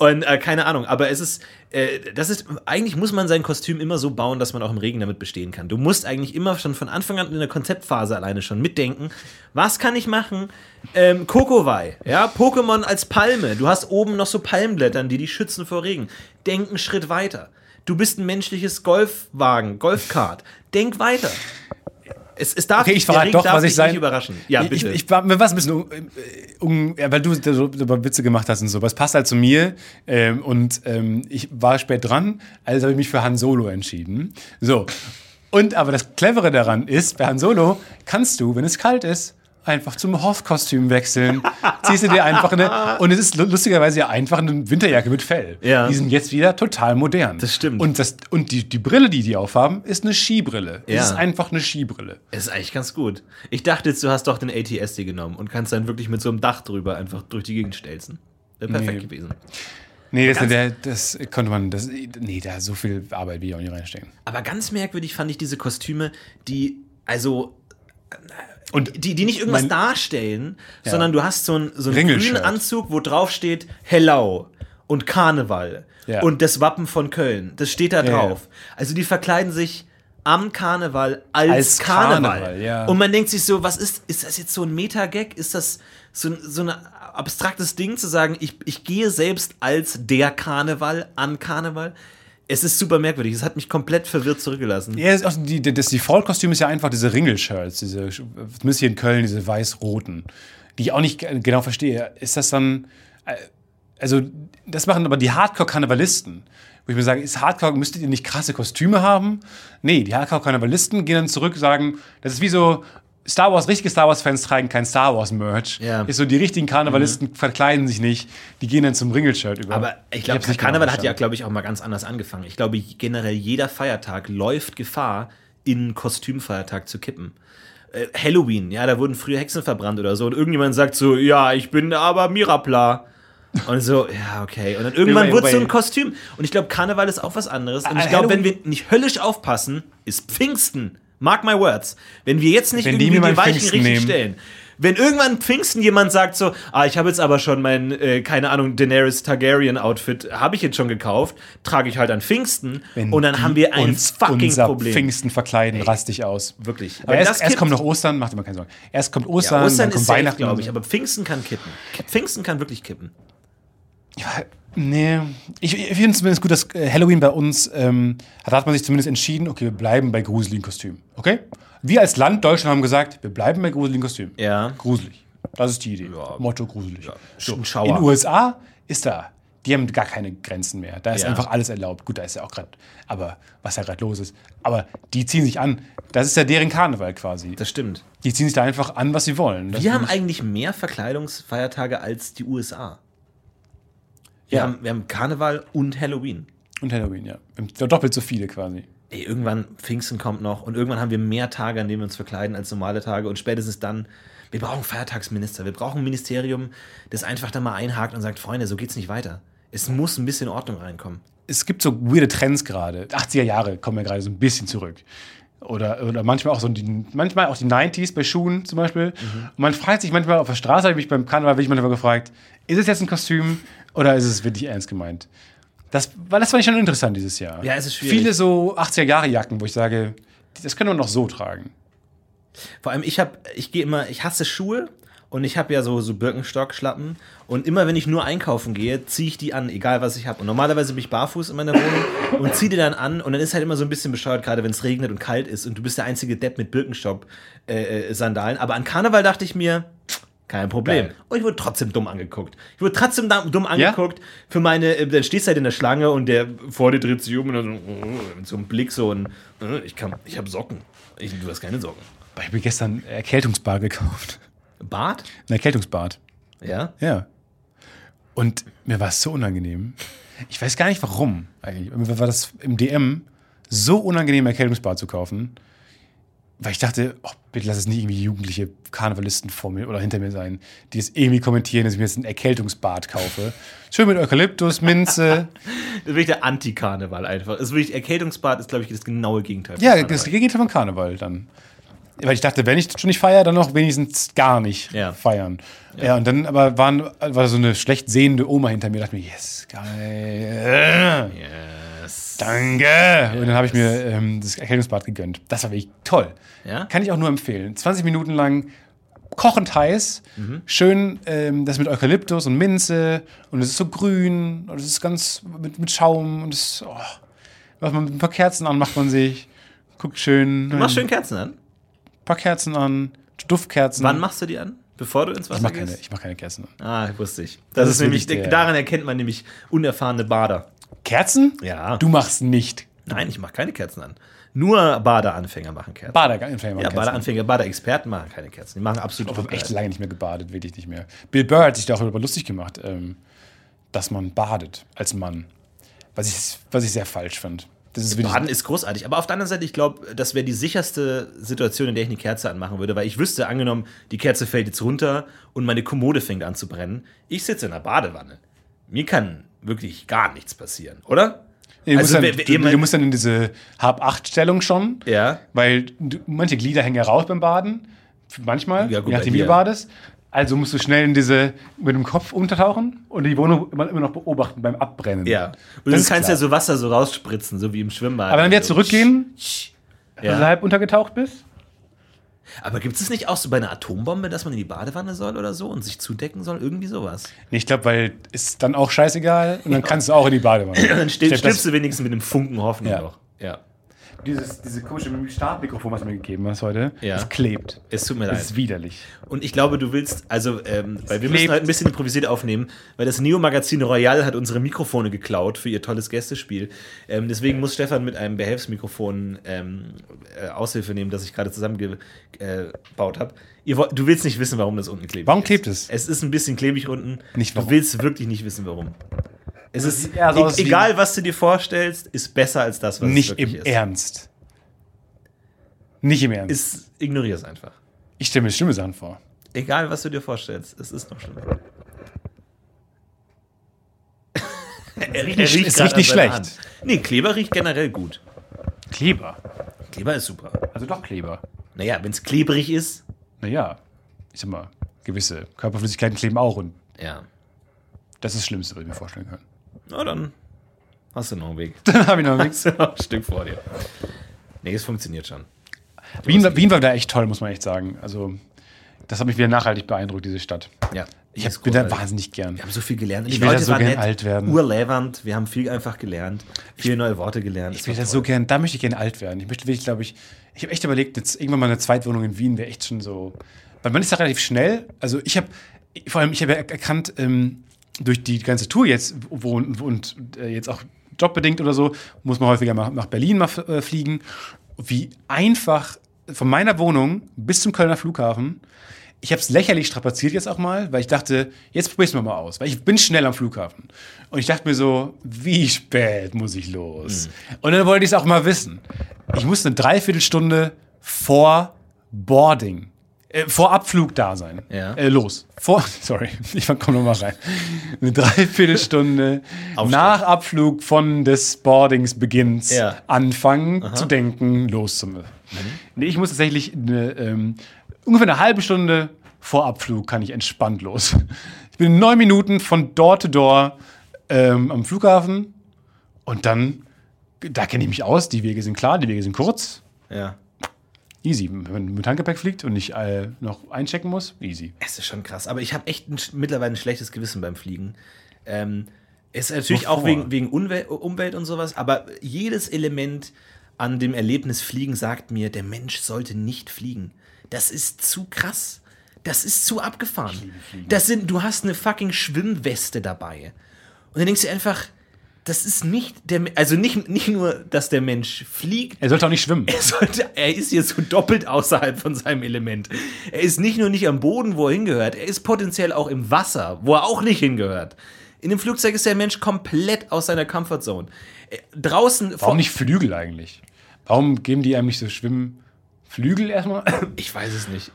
Speaker 2: Und äh, keine Ahnung, aber es ist, äh, das ist, eigentlich muss man sein Kostüm immer so bauen, dass man auch im Regen damit bestehen kann. Du musst eigentlich immer schon von Anfang an in der Konzeptphase alleine schon mitdenken, was kann ich machen? Ähm, Kokowai, ja, Pokémon als Palme. Du hast oben noch so Palmblättern, die dich schützen vor Regen. Denk einen Schritt weiter. Du bist ein menschliches Golfwagen, Golfkart. Denk weiter. Es, es darf
Speaker 1: Okay, ich
Speaker 2: der
Speaker 1: verrate
Speaker 2: Regen
Speaker 1: doch,
Speaker 2: darf
Speaker 1: was ich
Speaker 2: dich
Speaker 1: sein.
Speaker 2: nicht überraschen. Ja,
Speaker 1: ich,
Speaker 2: bitte.
Speaker 1: Ich, ich war, mir war es ein bisschen, un, äh, un, ja, weil du da so darüber Witze gemacht hast und so. Was passt halt zu mir? Ähm, und ähm, ich war spät dran, also habe ich mich für Han Solo entschieden. So. Und aber das Clevere daran ist, bei Han Solo kannst du, wenn es kalt ist, einfach zum Hoth-Kostüm
Speaker 2: <laughs>
Speaker 1: wechseln. Ziehst du dir einfach eine. Und es ist lu- lustigerweise ja einfach eine Winterjacke mit Fell.
Speaker 2: Ja.
Speaker 1: Die sind jetzt wieder total modern.
Speaker 2: Das stimmt.
Speaker 1: Und, das, und die, die Brille, die die aufhaben, ist eine Skibrille.
Speaker 2: Ja.
Speaker 1: Es ist einfach eine Skibrille.
Speaker 2: Es ist eigentlich ganz gut. Ich dachte jetzt, du hast doch den ATSD genommen und kannst dann wirklich mit so einem Dach drüber einfach durch die Gegend stelzen. Wäre perfekt
Speaker 1: Nee.
Speaker 2: gewesen.
Speaker 1: Nee, das, der, das konnte man, das, nee, da so viel Arbeit will ich auch nicht reinstecken.
Speaker 2: Aber ganz merkwürdig fand ich diese Kostüme, die, also,
Speaker 1: Und
Speaker 2: die, die nicht irgendwas
Speaker 1: Mein-
Speaker 2: darstellen, sondern du hast so einen, so einen
Speaker 1: Ringelshirt.
Speaker 2: grünen Anzug, wo drauf steht Hello und Karneval
Speaker 1: Ja.
Speaker 2: und das Wappen von Köln. Das steht da
Speaker 1: ja.
Speaker 2: drauf. Also die verkleiden sich am Karneval als,
Speaker 1: Als
Speaker 2: Karneval. um
Speaker 1: Karneval, ja.
Speaker 2: Und man denkt sich so, was ist, ist das jetzt so ein Meta-Gag? Ist das so, ein- so ein abstraktes Ding zu sagen, ich, ich gehe selbst als der Karneval an Karneval? Es ist super merkwürdig. Es hat mich komplett verwirrt zurückgelassen.
Speaker 1: ja, ist auch die, das Default-Kostüm ist ja einfach diese Ringel-Shirts, diese, zumindest hier in Köln, diese weiß-roten, die ich auch nicht ge- genau verstehe. Ist das dann, äh, also, das machen aber die Hardcore-Karnevalisten. Wo ich mir sage, ist Hardcore, müsstet ihr nicht krasse Kostüme haben? Nee, die Hardcore-Karnevalisten gehen dann zurück und sagen, das ist wie so Star Wars, richtige Star Wars-Fans tragen kein Star Wars-Merch.
Speaker 4: Ja.
Speaker 1: Ist so, die richtigen Karnevalisten verkleiden sich nicht, die gehen dann zum Ringel-Shirt über.
Speaker 2: Mhm. Aber ich glaube,
Speaker 1: hab's nicht
Speaker 2: Karneval
Speaker 1: genau
Speaker 2: hat ja,
Speaker 1: verstanden.
Speaker 2: glaube ich, auch mal ganz anders angefangen. Ich glaube, generell jeder Feiertag läuft Gefahr, in einen Kostümfeiertag zu kippen. Äh, Halloween, ja, da wurden früher Hexen verbrannt oder so. Und irgendjemand sagt so, ja, ich bin aber Mirapla. Und so, ja, okay. Und dann irgendwann
Speaker 1: Wait,
Speaker 2: wird so
Speaker 1: wait.
Speaker 2: ein Kostüm. Und ich glaube, Karneval ist auch was anderes. Und
Speaker 1: An
Speaker 2: ich glaube, wenn
Speaker 1: Äh, Halloween-
Speaker 2: wir nicht höllisch aufpassen, ist Pfingsten. Mark my words. Wenn wir jetzt nicht
Speaker 1: Wenn die
Speaker 2: irgendwie
Speaker 1: mir
Speaker 2: die
Speaker 1: mein
Speaker 2: Weichen
Speaker 1: Pfingsten
Speaker 2: richtig
Speaker 1: nehmen.
Speaker 2: stellen. Wenn irgendwann Pfingsten jemand sagt so, ah, ich habe jetzt aber schon mein, äh, keine Ahnung, Daenerys Targaryen Outfit, habe ich jetzt schon gekauft, trage ich halt an Pfingsten
Speaker 1: Wenn
Speaker 2: und dann
Speaker 1: die
Speaker 2: haben wir ein
Speaker 1: uns
Speaker 2: fucking
Speaker 1: unser
Speaker 2: Problem.
Speaker 1: Pfingsten verkleiden, rastig aus.
Speaker 2: Wirklich.
Speaker 1: Aber
Speaker 2: Wenn
Speaker 1: erst,
Speaker 2: das
Speaker 1: erst
Speaker 2: kippt-
Speaker 1: kommt noch Ostern, macht immer keine Sorgen. Erst kommt Ostern,
Speaker 2: ja, Ostern
Speaker 1: dann kommt
Speaker 2: ist safe,
Speaker 1: Weihnachten.
Speaker 2: glaube ich, aber Pfingsten kann kippen. Pfingsten kann wirklich kippen.
Speaker 1: Nee, ich, ich finde es zumindest gut, dass äh, Halloween bei uns, ähm, da hat man sich zumindest entschieden, okay, wir bleiben bei gruseligen Kostümen. Okay? Wir als Land Deutschland haben gesagt, wir bleiben bei gruseligen Kostümen.
Speaker 2: Ja.
Speaker 1: Gruselig. Das ist die Idee. Motto gruselig. So,
Speaker 2: Ein Schauer.
Speaker 1: in den USA ist da, die haben gar keine Grenzen mehr. Da ist
Speaker 2: Ja.
Speaker 1: einfach alles erlaubt. Gut, da ist ja auch gerade, aber was da gerade los ist. Aber die ziehen sich an. Das ist ja deren Karneval quasi.
Speaker 2: Das stimmt.
Speaker 1: Die ziehen sich da einfach an, was sie wollen. Das
Speaker 2: Wir haben
Speaker 1: finde
Speaker 2: eigentlich mehr Verkleidungsfeiertage als die USA.
Speaker 1: ich-
Speaker 2: Wir,
Speaker 1: ja.
Speaker 2: haben, wir haben Karneval und Halloween.
Speaker 1: und Halloween, ja. Doppelt so viele quasi.
Speaker 2: Ey, irgendwann Pfingsten kommt noch und irgendwann haben wir mehr Tage, an denen wir uns verkleiden als normale Tage und spätestens dann, wir brauchen Feiertagsminister, wir brauchen ein Ministerium, das einfach da mal einhakt und sagt, Freunde, so geht's nicht weiter. Es muss ein bisschen Ordnung reinkommen.
Speaker 1: es gibt so weirde Trends gerade. 80er Jahre kommen ja gerade so ein bisschen zurück. Oder, oder manchmal auch so die, manchmal auch die 90s bei Schuhen zum Beispiel. Und man fragt sich manchmal auf der Straße, habe ich mich beim Karneval wirklich manchmal gefragt, ist es jetzt ein Kostüm oder ist es wirklich ernst gemeint? Das, weil das fand ich schon interessant dieses Jahr.
Speaker 2: Ja, es ist schwierig.
Speaker 1: Viele so 80er Jahre Jacken, wo ich sage, das können wir noch so tragen.
Speaker 2: Vor allem, ich habe, ich gehe immer, ich hasse Schuhe und ich habe ja so, so Birkenstock-Schlappen und immer, wenn ich nur einkaufen gehe, ziehe ich die an, egal was ich habe. Und normalerweise bin ich barfuß in meiner Wohnung und ziehe die dann an und dann ist halt immer so ein bisschen bescheuert, gerade wenn es regnet und kalt ist und du bist der einzige Depp mit Birkenstock-Sandalen. Aber an Karneval dachte ich mir, kein Problem.
Speaker 1: Geil.
Speaker 2: Und ich wurde trotzdem dumm angeguckt. Ich wurde trotzdem da- dumm angeguckt für meine, äh, dann stehst du halt in der Schlange und der vor dir dreht sich um und dann so, äh, mit so einem Blick so ein, äh, ich kann, ich habe Socken. Ich, du hast keine Socken.
Speaker 1: Ich habe mir gestern Erkältungsbar gekauft.
Speaker 2: Bart?
Speaker 1: Ein Erkältungsbad.
Speaker 2: Ja.
Speaker 1: Ja. Und mir war es so unangenehm. Ich weiß gar nicht warum eigentlich. Mir war das im DM so unangenehm, Erkältungsbar zu kaufen, weil ich dachte, oh, bitte lass es nicht irgendwie jugendliche Karnevalisten vor mir oder hinter mir sein, die es irgendwie kommentieren, dass ich mir jetzt ein Erkältungsbad kaufe. Schön mit Eukalyptus, Minze.
Speaker 2: Das ist wirklich der Anti-Karneval einfach. Das ist wirklich, Erkältungsbad ist, glaube ich, das genaue Gegenteil. von
Speaker 1: ja,
Speaker 2: Karneval.
Speaker 1: das Gegenteil von Karneval dann. Weil ich dachte, wenn ich schon nicht feiere, dann noch wenigstens gar nicht
Speaker 2: Ja.
Speaker 1: feiern. Ja. und dann aber waren, war so eine schlecht sehende Oma hinter mir, dachte mir, yes, geil. Danke! Und dann habe ich mir ähm, das Erkältungsbad gegönnt. Das war wirklich toll.
Speaker 2: Ja?
Speaker 1: Kann ich auch nur empfehlen. 20 Minuten lang kochend heiß,
Speaker 2: Mhm.
Speaker 1: schön ähm, das mit Eukalyptus und Minze und es ist so grün und es ist ganz mit, mit Schaum und es oh, macht man mit ein paar Kerzen an, macht man sich, guckt schön,
Speaker 2: Du
Speaker 1: ein
Speaker 2: machst schön Kerzen an.
Speaker 1: paar Kerzen an, Duftkerzen.
Speaker 2: Wann machst du die an? Bevor du ins
Speaker 1: ich
Speaker 2: Wasser
Speaker 1: mach keine,
Speaker 2: gehst?
Speaker 1: ich mach keine Kerzen an.
Speaker 2: Ah, wusste ich. Das,
Speaker 1: Das
Speaker 2: ist,
Speaker 1: ist
Speaker 2: nämlich,
Speaker 1: wirklich der-
Speaker 2: daran erkennt man nämlich unerfahrene Bader.
Speaker 1: Kerzen?
Speaker 2: Ja.
Speaker 1: Du machst nicht.
Speaker 2: Nein, ich mache keine Kerzen an. Nur Badeanfänger machen Kerzen.
Speaker 1: Badeanfänger
Speaker 2: ja, Äh. Badeanfänger, Badeexperten machen keine Kerzen. Die machen absolut
Speaker 1: Ich habe echt lange nicht mehr gebadet, wirklich nicht mehr. Bill Burr hat sich darüber lustig gemacht, ähm, dass man badet als Mann. Was ich, was ich sehr falsch fand. Das ist wirklich-
Speaker 2: Baden ist großartig, aber auf der anderen Seite, ich glaube, das wäre die sicherste Situation, in der ich eine Kerze anmachen würde, weil ich wüsste, angenommen, die Kerze fällt jetzt runter und meine Kommode fängt an zu brennen. Ich sitze in der Badewanne. Mir kann wirklich gar nichts passieren, oder?
Speaker 1: Nee, du, musst
Speaker 2: wer-
Speaker 1: dann,
Speaker 2: wer-
Speaker 1: du,
Speaker 2: jemand-
Speaker 1: du musst dann in diese Hab-8-Stellung schon,
Speaker 2: Ja.
Speaker 1: weil du, manche Glieder hängen ja raus beim Baden. Manchmal,
Speaker 2: Ja, gut,
Speaker 1: je nachdem,
Speaker 2: bei
Speaker 1: wie du
Speaker 2: dir.
Speaker 1: badest. Also musst du schnell in diese, mit dem Kopf untertauchen und die Wohnung immer, immer noch beobachten beim Abbrennen.
Speaker 2: ja. Und
Speaker 1: Das
Speaker 2: du
Speaker 1: ist
Speaker 2: kannst
Speaker 1: klar.
Speaker 2: ja so Wasser so rausspritzen, so wie im Schwimmbad.
Speaker 1: Aber dann wieder
Speaker 2: So.
Speaker 1: zurückgehen, wenn du
Speaker 2: Ja.
Speaker 1: halb untergetaucht bist.
Speaker 2: Aber gibt es nicht auch so bei einer Atombombe, dass man in die Badewanne soll oder so und sich zudecken soll? Irgendwie sowas.
Speaker 1: Nee, ich glaube, weil ist dann auch scheißegal und <laughs> dann kannst du auch in die Badewanne.
Speaker 2: Dann
Speaker 1: Ich
Speaker 2: stirbst
Speaker 1: glaub, das-
Speaker 2: stirbst du wenigstens mit einem Funken Hoffnung
Speaker 1: Ja.
Speaker 2: noch. Ja.
Speaker 1: dieses diese komische Startmikrofon, was du mir gegeben hast heute,
Speaker 2: Ja.
Speaker 1: das klebt.
Speaker 2: Es tut mir
Speaker 1: Das
Speaker 2: leid.
Speaker 1: ist widerlich.
Speaker 2: Und ich glaube, du willst, also, ähm, weil wir
Speaker 1: klebt.
Speaker 2: müssen halt ein bisschen improvisiert aufnehmen, weil das Neo-Magazin Royal hat unsere Mikrofone geklaut für ihr tolles Gästespiel. Ähm, deswegen muss Stefan mit einem Behelfsmikrofon ähm, äh, Aushilfe nehmen, das ich gerade zusammengebaut äh, gebaut habe. Ihr wollt- Du willst nicht wissen, warum das unten klebt.
Speaker 1: Warum klebt es?
Speaker 2: Es ist ein bisschen klebig unten.
Speaker 1: Nicht warum.
Speaker 2: Du willst wirklich nicht wissen, warum. Es ist
Speaker 1: sieht eher so
Speaker 2: e-
Speaker 1: aus wie-
Speaker 2: egal, was du dir vorstellst, ist besser als das, was es
Speaker 1: Nicht
Speaker 2: wirklich
Speaker 1: im
Speaker 2: ist.
Speaker 1: Ernst. Nicht im Ernst.
Speaker 2: ist ignorier es einfach.
Speaker 1: ich stelle mir schlimme Sachen vor.
Speaker 2: Egal, was du dir vorstellst, es ist noch schlimmer. <laughs> er, er
Speaker 1: nicht- es
Speaker 2: grad
Speaker 1: riecht nicht
Speaker 2: an seiner
Speaker 1: schlecht.
Speaker 2: Hand. Nee, Kleber riecht generell gut.
Speaker 1: Kleber.
Speaker 2: Kleber ist super.
Speaker 1: Also doch Kleber.
Speaker 2: Naja, wenn es klebrig ist.
Speaker 1: Naja, ich sag mal, gewisse Körperflüssigkeiten kleben auch und
Speaker 2: Ja.
Speaker 1: das ist das Schlimmste, was ich mir vorstellen kann. <laughs>
Speaker 2: Na dann hast du noch <laughs> einen Weg.
Speaker 1: Dann habe ich noch nichts.
Speaker 2: Hast du noch ein Stück vor dir. Nee, es funktioniert schon.
Speaker 1: Wien, war- Wien war da echt toll, muss man echt sagen. Also, das hat mich wieder nachhaltig beeindruckt, diese Stadt.
Speaker 2: Ja.
Speaker 1: Ich
Speaker 2: ist
Speaker 1: hab- bin da
Speaker 2: großartig.
Speaker 1: wahnsinnig gern.
Speaker 2: Wir haben so viel gelernt.
Speaker 1: Ich will da so gern alt werden.
Speaker 2: Urlevernd. Wir haben viel einfach gelernt. Viele neue Worte gelernt.
Speaker 1: Ich will da so gern, da möchte ich gerne alt werden. Ich möchte wirklich, glaube ich, ich habe echt überlegt, jetzt irgendwann mal eine Zweitwohnung in Wien wäre echt schon so. Weil man ist da relativ schnell. Also ich habe, vor allem, ich habe ja erkannt, ähm, durch die ganze Tour jetzt, wo und, und äh, jetzt auch jobbedingt oder so, muss man häufiger mal nach Berlin mal f- äh, fliegen, wie einfach von meiner Wohnung bis zum Kölner Flughafen. Ich habe es lächerlich strapaziert jetzt auch mal, weil ich dachte, jetzt probier's mal mal aus, weil ich bin schnell am Flughafen. Und ich dachte mir so, wie spät muss ich los? Und dann wollte ich es auch mal wissen. Ich muss eine Dreiviertelstunde vor Boarding, äh, vor Abflug da sein.
Speaker 2: Ja.
Speaker 1: Äh, los. Vor, <laughs> sorry, ich komm noch mal rein. Eine Dreiviertelstunde nach Abflug von des Boardingsbeginns
Speaker 2: Ja.
Speaker 1: anfangen zu denken, loszumüssen. Nee, ich muss tatsächlich eine, ähm, ungefähr eine halbe Stunde vor Abflug kann ich entspannt los. Ich bin in neun Minuten von Door to Door ähm, am Flughafen und dann, da kenne ich mich aus, die Wege sind klar, die Wege sind kurz.
Speaker 2: Ja.
Speaker 1: Easy. Wenn man mit Handgepäck fliegt und nicht äh, noch einchecken muss, easy.
Speaker 2: Es ist schon krass, aber ich habe echt ein, sch- mittlerweile ein schlechtes Gewissen beim Fliegen. Ähm, ist natürlich auch
Speaker 1: Wovor?
Speaker 2: wegen, wegen Unwe Umwelt und sowas, aber jedes Element an dem Erlebnis Fliegen sagt mir, der Mensch sollte nicht fliegen. Das ist zu krass. Das ist zu abgefahren. Das sind, du hast eine fucking Schwimmweste dabei. Und dann denkst du einfach, das ist nicht der, Me- also nicht, nicht nur, dass der Mensch fliegt,
Speaker 1: Er sollte auch nicht schwimmen.
Speaker 2: er, sollte, er ist hier so doppelt außerhalb von seinem Element. Er ist nicht nur nicht am Boden, wo er hingehört, er ist potenziell auch im Wasser, wo er auch nicht hingehört. In dem Flugzeug ist der Mensch komplett aus seiner Comfortzone. Äh, Draußen vor-
Speaker 1: Warum nicht Flügel eigentlich? Warum geben die einem nicht so schwimmen? Flügel erstmal? <coughs>
Speaker 2: Ich weiß es nicht.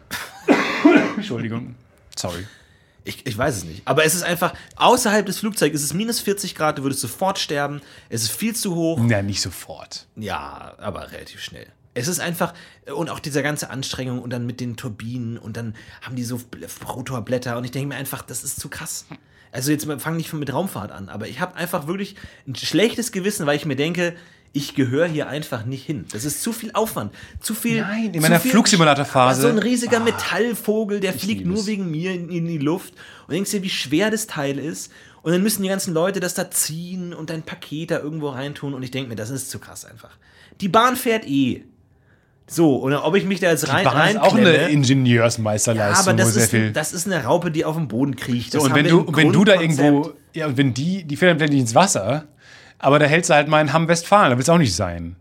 Speaker 1: Entschuldigung. Sorry.
Speaker 2: Ich, ich weiß es nicht. Aber es ist einfach, außerhalb des Flugzeugs ist es minus 40 Grad, du würdest sofort sterben. Es ist viel zu hoch.
Speaker 1: Na, nicht sofort.
Speaker 2: Ja, aber relativ schnell. Es ist einfach, und auch diese ganze Anstrengung und dann mit den Turbinen und dann haben die so Bl- Rotorblätter und ich denke mir einfach, das ist zu krass. Also jetzt fang nicht mit Raumfahrt an, aber ich habe einfach wirklich ein schlechtes Gewissen, weil ich mir denke, ich gehöre hier einfach nicht hin. Das ist zu viel Aufwand, zu viel.
Speaker 1: Nein, in
Speaker 2: zu
Speaker 1: meiner
Speaker 2: viel-
Speaker 1: Flugsimulatorphase-
Speaker 2: So ein riesiger Metallvogel, der fliegt
Speaker 1: liebe
Speaker 2: nur
Speaker 1: Ah, es.
Speaker 2: wegen mir in, in die Luft und denkst dir, wie schwer das Teil ist. Und dann müssen die ganzen Leute das da ziehen und dein Paket da irgendwo reintun. Und ich denke mir, das ist zu krass einfach. Die Bahn fährt eh. So, und ob ich mich da jetzt rein,
Speaker 1: Bahn ist auch
Speaker 2: reinklemme-
Speaker 1: eine
Speaker 2: ja,
Speaker 1: Ingenieursmeisterleistung,
Speaker 2: aber das
Speaker 1: wo sehr
Speaker 2: ist,
Speaker 1: viel.
Speaker 2: ein, das ist eine Raupe, die auf dem Boden kriecht.
Speaker 1: so,
Speaker 2: Das
Speaker 1: und
Speaker 2: haben
Speaker 1: wenn
Speaker 2: wir
Speaker 1: du,
Speaker 2: im
Speaker 1: wenn du da
Speaker 2: Grundkonzept.
Speaker 1: irgendwo, ja, und wenn die, die fällt dann vielleicht nicht ins Wasser, aber da hältst du halt mal in Hamm-Westfalen, da willst du auch nicht sein.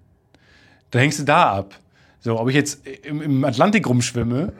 Speaker 1: Da hängst du da ab. So, ob ich jetzt im, im Atlantik rumschwimme,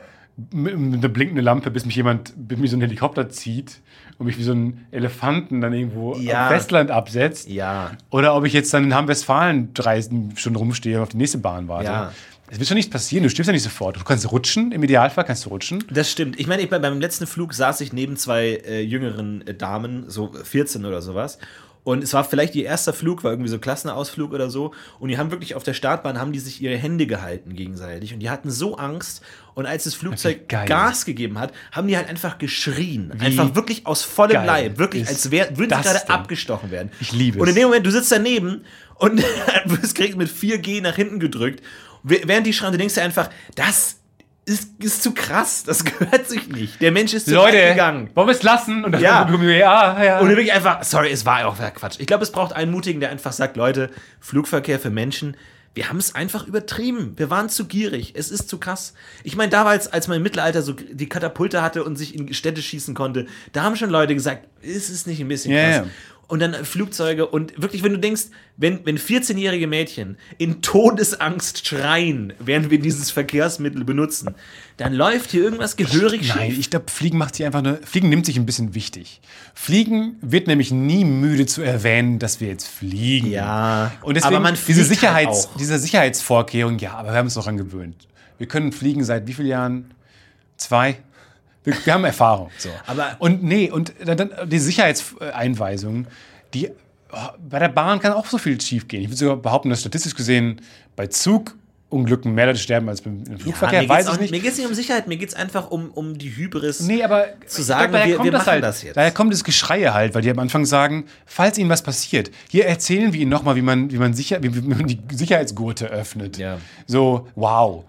Speaker 1: mit, mit einer blinkenden Lampe, bis mich jemand, bis mich so ein Helikopter zieht und mich wie so ein Elefanten dann irgendwo
Speaker 2: Ja.
Speaker 1: am Festland absetzt.
Speaker 2: Ja,
Speaker 1: Oder ob ich jetzt dann in Hamm-Westfalen drei Stunden rumstehe und auf die nächste Bahn warte.
Speaker 2: Ja.
Speaker 1: Es wird schon nichts passieren, du stirbst ja nicht sofort. Du kannst rutschen, im Idealfall kannst du rutschen.
Speaker 2: das stimmt. Ich meine, ich, bei- beim letzten Flug saß ich neben zwei äh, jüngeren äh, Damen, so 14 oder sowas. Und es war vielleicht ihr erster Flug, war irgendwie so Klassenausflug oder so. Und die haben wirklich auf der Startbahn, haben die sich ihre Hände gehalten gegenseitig. Und die hatten so Angst. Und als das Flugzeug
Speaker 1: geil.
Speaker 2: Gas gegeben hat, haben die halt einfach geschrien. einfach wirklich aus vollem
Speaker 1: geil
Speaker 2: Leib. Wirklich,
Speaker 1: ist
Speaker 2: als wär, würden sie
Speaker 1: das
Speaker 2: gerade
Speaker 1: denn?
Speaker 2: abgestochen werden.
Speaker 1: Ich liebe
Speaker 2: Und in
Speaker 1: es.
Speaker 2: dem Moment, du sitzt daneben und <laughs> du wirst kriegst mit 4G nach hinten gedrückt. W- Während die schreien, du denkst dir einfach, das ist, ist zu krass, das <laughs> gehört sich nicht. Der Mensch ist zu weit gegangen.
Speaker 1: wollen wir es lassen? Und dann
Speaker 2: Ja.
Speaker 1: ja, ja.
Speaker 2: Und wirklich einfach, sorry, es war auch Quatsch. Ich glaube, es braucht einen Mutigen, der einfach sagt, Leute, Flugverkehr für Menschen, wir haben es einfach übertrieben. Wir waren zu gierig. Es ist zu krass. Ich meine, damals, als man im Mittelalter so die Katapulte hatte und sich in Städte schießen konnte, da haben schon Leute gesagt, ist es nicht ein bisschen
Speaker 1: Ja,
Speaker 2: krass?
Speaker 1: ja.
Speaker 2: Und dann Flugzeuge und wirklich, wenn du denkst, wenn, wenn 14-jährige Mädchen in Todesangst schreien, während wir dieses Verkehrsmittel benutzen, dann läuft hier irgendwas gehörig
Speaker 1: Nein,
Speaker 2: schief.
Speaker 1: ich glaube, Fliegen macht sich einfach nur. Fliegen nimmt sich ein bisschen wichtig. Fliegen wird nämlich nie müde zu erwähnen, dass wir jetzt fliegen.
Speaker 2: Ja,
Speaker 1: Und deswegen
Speaker 2: aber man
Speaker 1: diese,
Speaker 2: fliegt halt
Speaker 1: Sicherheits,
Speaker 2: auch.
Speaker 1: diese Sicherheitsvorkehrung, ja, aber wir haben uns doch angewöhnt. Wir können fliegen seit wie vielen Jahren? Zwei. Wir, wir haben Erfahrung. So.
Speaker 2: Aber-
Speaker 1: und nee, und dann, dann die Sicherheitseinweisungen, die oh, bei der Bahn kann auch so viel schief gehen. Ich würde sogar behaupten, dass statistisch gesehen bei Zugunglücken mehr Leute sterben als beim im Flugverkehr.
Speaker 2: Ah, mir geht's
Speaker 1: weiß
Speaker 2: auch
Speaker 1: ich nicht.
Speaker 2: Mir geht es nicht um Sicherheit, mir geht es einfach um, um die Hybris.
Speaker 1: Nee, aber
Speaker 2: zu
Speaker 1: ich
Speaker 2: sagen,
Speaker 1: daher
Speaker 2: wir- wir machen
Speaker 1: halt,
Speaker 2: das jetzt.
Speaker 1: Daher kommt das Geschreie halt, weil die am Anfang sagen, falls ihnen was passiert, hier erzählen wir ihnen nochmal, wie man, wie, man sicher, wie, wie man die Sicherheitsgurte öffnet.
Speaker 2: Ja.
Speaker 1: So, wow.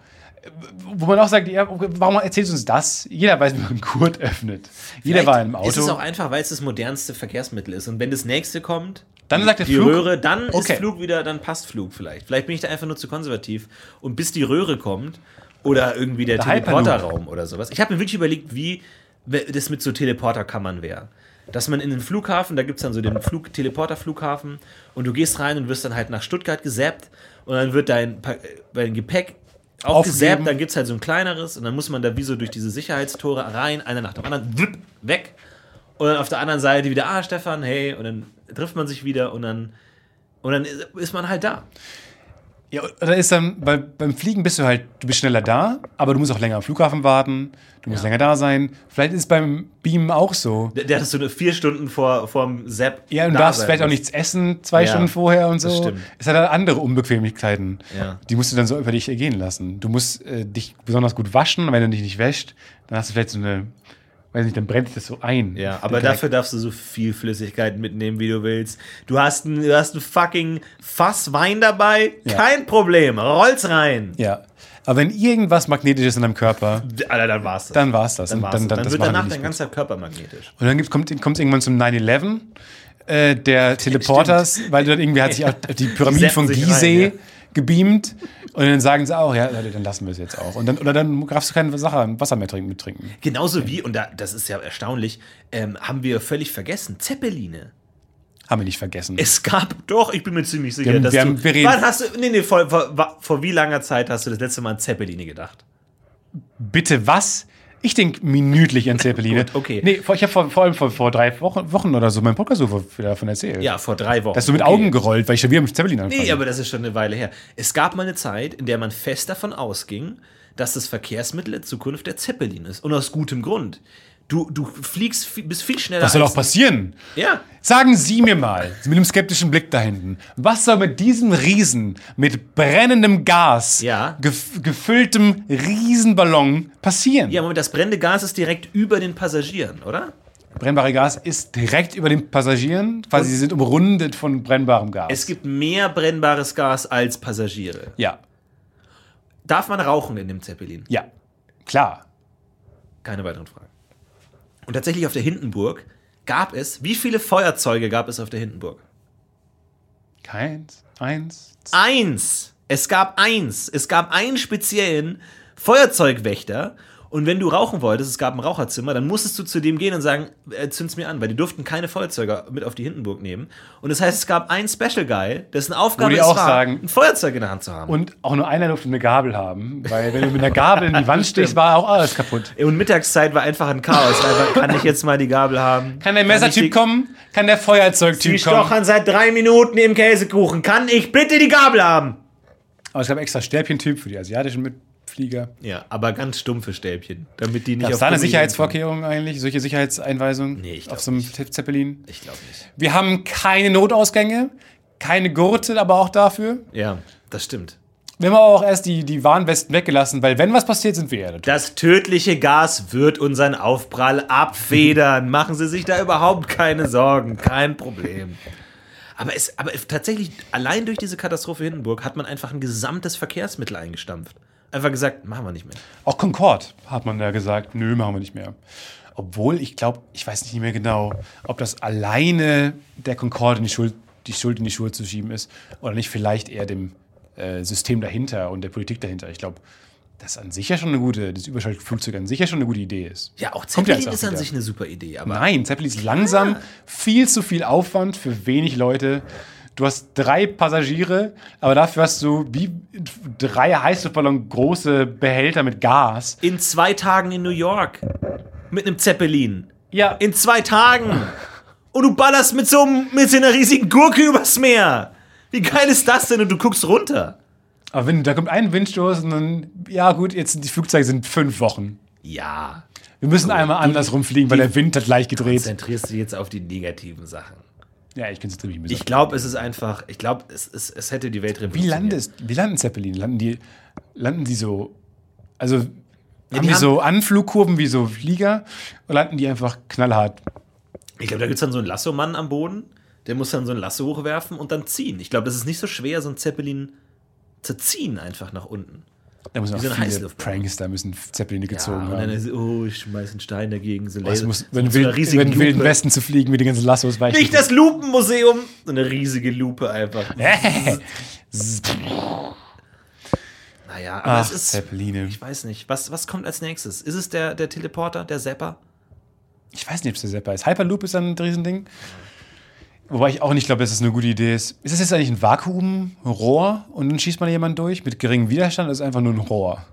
Speaker 1: Wo man auch sagt, ja, warum erzählst du uns das? Jeder weiß, wie man einen Gurt öffnet. Jeder war in einem
Speaker 2: Es ist auch
Speaker 1: Auto.
Speaker 2: einfach, weil es das modernste Verkehrsmittel ist. Und wenn das nächste kommt,
Speaker 1: Dann sagt der
Speaker 2: die
Speaker 1: Flug,
Speaker 2: Röhre, dann
Speaker 1: Okay.
Speaker 2: ist Flug wieder, dann passt Flug vielleicht. Vielleicht bin ich da einfach nur zu konservativ. Und bis die Röhre kommt oder irgendwie der,
Speaker 1: Der Hyperloop.
Speaker 2: Teleporterraum oder sowas. Ich habe mir wirklich überlegt, wie das mit so Teleporterkammern wäre. Dass man in den Flughafen, da gibt es dann so den Flug, Teleporterflughafen und du gehst rein und wirst dann halt nach Stuttgart gesäppt und dann wird dein, Pa- äh, dein Gepäck aufgesäppt,
Speaker 1: Aufgegeben.
Speaker 2: dann gibt es halt so ein kleineres und dann muss man da wie so durch diese Sicherheitstore rein, einer nach dem anderen, wipp, weg. Und dann auf der anderen Seite wieder, ah, Stefan, hey, und dann trifft man sich wieder und dann, und dann ist man halt da.
Speaker 1: Ja, oder ist dann, weil beim Fliegen bist du halt, du bist schneller da, aber du musst auch länger am Flughafen warten, du musst länger da sein. Vielleicht ist es beim Beamen auch so.
Speaker 2: Der, der hat so eine vier Stunden vor vorm Sepp.
Speaker 1: Ja, und
Speaker 2: da
Speaker 1: darfst
Speaker 2: sein
Speaker 1: vielleicht auch
Speaker 2: müssen.
Speaker 1: nichts essen, zwei
Speaker 2: Ja,
Speaker 1: Stunden vorher und so.
Speaker 2: das stimmt.
Speaker 1: Es hat halt andere Unbequemlichkeiten.
Speaker 2: Ja.
Speaker 1: Die musst du dann so über dich ergehen lassen. Du musst äh, dich besonders gut waschen, und wenn du dich nicht wäscht, dann hast du vielleicht so eine, weiß nicht, dann brennt sich das so ein.
Speaker 2: Ja, aber
Speaker 1: Dann-
Speaker 2: dafür darfst du so viel Flüssigkeit mitnehmen, wie du willst. Du hast ein, du hast ein fucking Fass Wein dabei,
Speaker 1: Ja.
Speaker 2: kein Problem, roll's rein.
Speaker 1: Ja. Aber wenn irgendwas Magnetisches in deinem Körper,
Speaker 2: Alter, dann war's das.
Speaker 1: dann war's das.
Speaker 2: Dann,
Speaker 1: Und
Speaker 2: war's dann,
Speaker 1: dann-
Speaker 2: dann,
Speaker 1: das
Speaker 2: wird
Speaker 1: machen wir
Speaker 2: danach
Speaker 1: nicht
Speaker 2: dein
Speaker 1: mit.
Speaker 2: ganzer Körper magnetisch.
Speaker 1: und dann gibt's, kommt es irgendwann zum 9-11.
Speaker 2: <laughs>
Speaker 1: Äh, der Teleporters, weil du dann irgendwie hat sich auch die Pyramide
Speaker 2: setzen
Speaker 1: von
Speaker 2: sich
Speaker 1: Gizeh
Speaker 2: rein, ja.
Speaker 1: gebeamt und dann sagen sie auch, ja, Leute, dann lassen wir es jetzt auch. Und dann, oder dann darfst du keine Sache, Wasser mehr trinken, mittrinken.
Speaker 2: Genauso wie, und da, das ist ja erstaunlich, ähm, haben wir völlig vergessen, Zeppeline.
Speaker 1: Haben wir nicht vergessen.
Speaker 2: Es gab doch, ich bin mir ziemlich sicher,
Speaker 1: Wir haben-
Speaker 2: dass
Speaker 1: wir
Speaker 2: du,
Speaker 1: haben- wir reden-
Speaker 2: wann hast du, nee, nee, vor, vor, vor wie langer Zeit hast du das letzte Mal an Zeppeline gedacht?
Speaker 1: Bitte was? Ich denke
Speaker 2: <laughs>
Speaker 1: minütlich an Zeppeline.
Speaker 2: Gut, okay.
Speaker 1: Nee, vor- ich habe vor, vor allem vor, vor drei Wochen, Wochen oder so meinen Podcast so vor- davon erzählt.
Speaker 2: Ja, vor drei Wochen.
Speaker 1: Dass du mit
Speaker 2: Okay.
Speaker 1: Augen gerollt, weil ich schon wieder mit Zeppelin anfange.
Speaker 2: Nee, aber das ist schon eine Weile her. Es gab mal eine Zeit, in der man fest davon ausging, dass das Verkehrsmittel in Zukunft der Zeppelin ist. Und aus gutem Grund. Du, du fliegst, viel- bist viel schneller.
Speaker 1: was soll
Speaker 2: als-
Speaker 1: auch passieren?
Speaker 2: Ja.
Speaker 1: Sagen Sie mir mal, mit einem skeptischen Blick da hinten, was soll mit diesem Riesen, mit brennendem Gas,
Speaker 2: Ja.
Speaker 1: gef gefülltem Riesenballon passieren?
Speaker 2: Ja, Moment, das brennende Gas ist direkt über den Passagieren, oder?
Speaker 1: Brennbare Gas ist direkt über den Passagieren, quasi sie sind umrundet von brennbarem Gas.
Speaker 2: Es gibt mehr brennbares Gas als Passagiere.
Speaker 1: ja,
Speaker 2: Darf man rauchen in dem Zeppelin?
Speaker 1: ja, klar.
Speaker 2: Keine weiteren Fragen. Und tatsächlich auf der Hindenburg gab es, wie viele Feuerzeuge gab es auf der Hindenburg?
Speaker 1: Keins, eins,
Speaker 2: Eins! Es gab eins! Es gab einen speziellen Feuerzeugwächter. Und wenn du rauchen wolltest, es gab ein Raucherzimmer, dann musstest du zu dem gehen und sagen, äh, zünd's mir an, weil die durften keine Feuerzeuge mit auf die Hindenburg nehmen. Und das heißt, es gab einen Special Guy, dessen Aufgabe
Speaker 1: die
Speaker 2: es
Speaker 1: auch
Speaker 2: war,
Speaker 1: sagen-
Speaker 2: ein Feuerzeug in der Hand zu haben.
Speaker 1: Und auch nur einer durfte eine Gabel haben, weil wenn du mit einer Gabel in die
Speaker 2: <laughs>
Speaker 1: Wand stichst, war auch alles kaputt.
Speaker 2: Und Mittagszeit war einfach ein Chaos. Einfach, kann ich jetzt mal die Gabel haben?
Speaker 1: Kann der
Speaker 2: ich die-
Speaker 1: Messertyp kommen? Kann der
Speaker 2: Die
Speaker 1: Feuerzeugtyp kommen?
Speaker 2: stochern seit drei Minuten im Käsekuchen. Kann ich bitte die Gabel haben?
Speaker 1: Aber es gab extra Stäbchentyp für die asiatischen Mitflieger.
Speaker 2: Ja, aber ganz stumpfe Stäbchen, damit die nicht
Speaker 1: Das war eine
Speaker 2: Gummi
Speaker 1: Sicherheitsvorkehrung eigentlich, solche Sicherheitseinweisungen
Speaker 2: Nee, ich glaub
Speaker 1: auf so einem Zeppelin.
Speaker 2: gehen. Ich glaube nicht.
Speaker 1: Wir haben keine Notausgänge, keine Gurte, aber auch dafür.
Speaker 2: Ja, das stimmt.
Speaker 1: Wir haben aber auch erst die, die Warnwesten weggelassen, weil wenn was passiert, sind wir ja natürlich.
Speaker 2: Das tödliche Gas wird unseren Aufprall <laughs> abfedern. Machen Sie sich da überhaupt keine Sorgen. Kein Problem. Aber, es, aber tatsächlich, allein durch diese Katastrophe Hindenburg hat man einfach ein gesamtes Verkehrsmittel eingestampft. Einfach gesagt, machen wir nicht mehr.
Speaker 1: Auch Concorde hat man da gesagt, nö, machen wir nicht mehr. Obwohl, ich glaube, ich weiß nicht mehr genau, ob das alleine der Concorde in die Schuld, die Schuld in die Schuhe zu schieben ist oder nicht vielleicht eher dem äh, System dahinter und der Politik dahinter. Ich glaube, das an sich ja schon eine gute, das Überschallflugzeug an sich ja schon eine gute Idee ist.
Speaker 2: Ja, auch
Speaker 1: Kommt ja
Speaker 2: Zeppelin
Speaker 1: jetzt auch
Speaker 2: ist an
Speaker 1: wieder.
Speaker 2: sich Ah. eine super Idee, aber
Speaker 1: Nein, Zeppelin ist langsam, viel zu viel Aufwand für wenig Leute. Du hast drei Passagiere, aber dafür hast du wie drei Heißluftballon große Behälter mit Gas.
Speaker 2: in zwei Tagen in New York mit einem Zeppelin.
Speaker 1: Ja,
Speaker 2: In zwei Tagen. Und du ballerst mit so, einem- mit so einer riesigen Gurke übers Meer. Wie geil ist das denn? Und du guckst runter.
Speaker 1: aber wenn da kommt ein Windstoß und dann, ja gut, jetzt sind die Flugzeuge sind fünf Wochen.
Speaker 2: Ja.
Speaker 1: Wir müssen einmal andersrum fliegen, weil der Wind hat leicht gedreht.
Speaker 2: Konzentrierst du dich jetzt auf die negativen Sachen.
Speaker 1: Ja, ich könnte es ziemlich
Speaker 2: Ich glaube, es ist einfach, ich glaube, es, es, es hätte die Welt
Speaker 1: Wie
Speaker 2: revolutioniert.
Speaker 1: landest, wie landen Zeppelin? Landen die, landen die so, also haben die,
Speaker 2: haben-
Speaker 1: so Anflugkurven wie so Flieger oder landen die einfach knallhart?
Speaker 2: Ich glaube, da gibt es dann so einen Lassomann am Boden, der muss dann so ein Lasso hochwerfen und dann ziehen. Ich glaube, das ist nicht so schwer, so ein Zeppelin zu ziehen einfach nach unten.
Speaker 1: Da müssen auch
Speaker 2: so ein
Speaker 1: viele
Speaker 2: Heißluftballon.
Speaker 1: Prankster müssen Zeppeline gezogen
Speaker 2: und dann
Speaker 1: haben.
Speaker 2: ist, oh, ich schmeiß einen Stein dagegen. So
Speaker 1: Das
Speaker 2: Laser-
Speaker 1: muss,
Speaker 2: so
Speaker 1: wenn
Speaker 2: mit so einer
Speaker 1: Wild,
Speaker 2: riesigen
Speaker 1: wenn Wilden
Speaker 2: Lupe.
Speaker 1: Westen zu fliegen mit den ganzen Lassos weichen.
Speaker 2: Nicht
Speaker 1: <laughs>
Speaker 2: das Lupenmuseum! So eine riesige Lupe einfach.
Speaker 1: Äh,
Speaker 2: naja, aber
Speaker 1: Ach,
Speaker 2: es ist.
Speaker 1: Zeppeline.
Speaker 2: Ich weiß nicht. Was, was kommt als nächstes? Ist es der, der Teleporter, der Zapper?
Speaker 1: Ich weiß nicht, ob es der Zepper ist. Hyperloop ist dann ein Riesending. Wobei ich auch nicht glaube, dass es das eine gute Idee ist. Ist das jetzt eigentlich ein Vakuumrohr und dann schießt man jemanden durch mit geringem Widerstand? Das ist es einfach nur ein Rohr.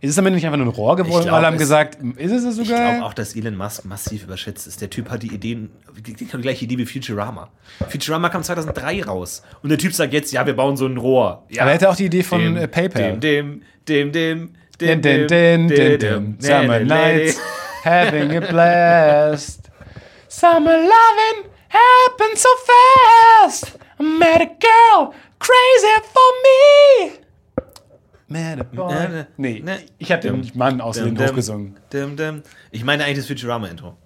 Speaker 1: Ist es am Ende nicht einfach nur ein Rohr geworden?
Speaker 2: glaub,
Speaker 1: alle haben
Speaker 2: es-
Speaker 1: gesagt, ist es das so
Speaker 2: Ich
Speaker 1: geil?
Speaker 2: glaube auch, dass Elon Musk massiv überschätzt ist. Der Typ hat die Ideen, die, die hat die gleiche Idee wie Futurama. Futurama kam 2003 raus. Und der Typ sagt jetzt, ja, wir bauen so ein Rohr. Ja,
Speaker 1: Aber er hätte auch die Idee von
Speaker 2: dem,
Speaker 1: äh, PayPal.
Speaker 2: Dem, dem, dem, dem,
Speaker 1: Din, din, din, din, din. Summer nights, having a blast. Summer loving happens so fast. I met a girl crazy for me. Met a boy. Nee,
Speaker 2: Ne.
Speaker 1: ich habe den Mann aus dem Hof gesungen.
Speaker 2: Dim, dim. Ich meine eigentlich das Futurama-Intro.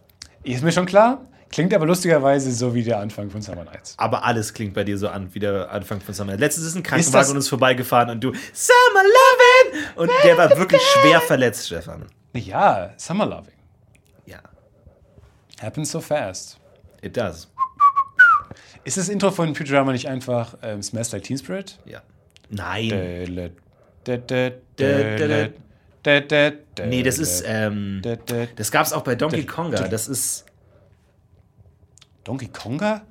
Speaker 1: Ist mir schon klar. Klingt aber lustigerweise so wie der Anfang von Summer Nights.
Speaker 2: Aber alles klingt bei dir so an, wie der Anfang von Summer. Letztens ist ein
Speaker 1: Ist
Speaker 2: Krankenwagen
Speaker 1: das-
Speaker 2: und ist vorbeigefahren und du Summer Lovin! Und der war wirklich schwer verletzt, Stefan.
Speaker 1: Ja, Summer Loving
Speaker 2: Ja,
Speaker 1: happens so fast.
Speaker 2: it does.
Speaker 1: Ist das Intro von Futurama nicht einfach ähm, Smells Like Teen Spirit?
Speaker 2: Ja. Nein.
Speaker 1: Nee,
Speaker 2: Nee, das ist, ähm, das gab's auch bei Donkey Konga. Das ist.
Speaker 1: Donkey Konga?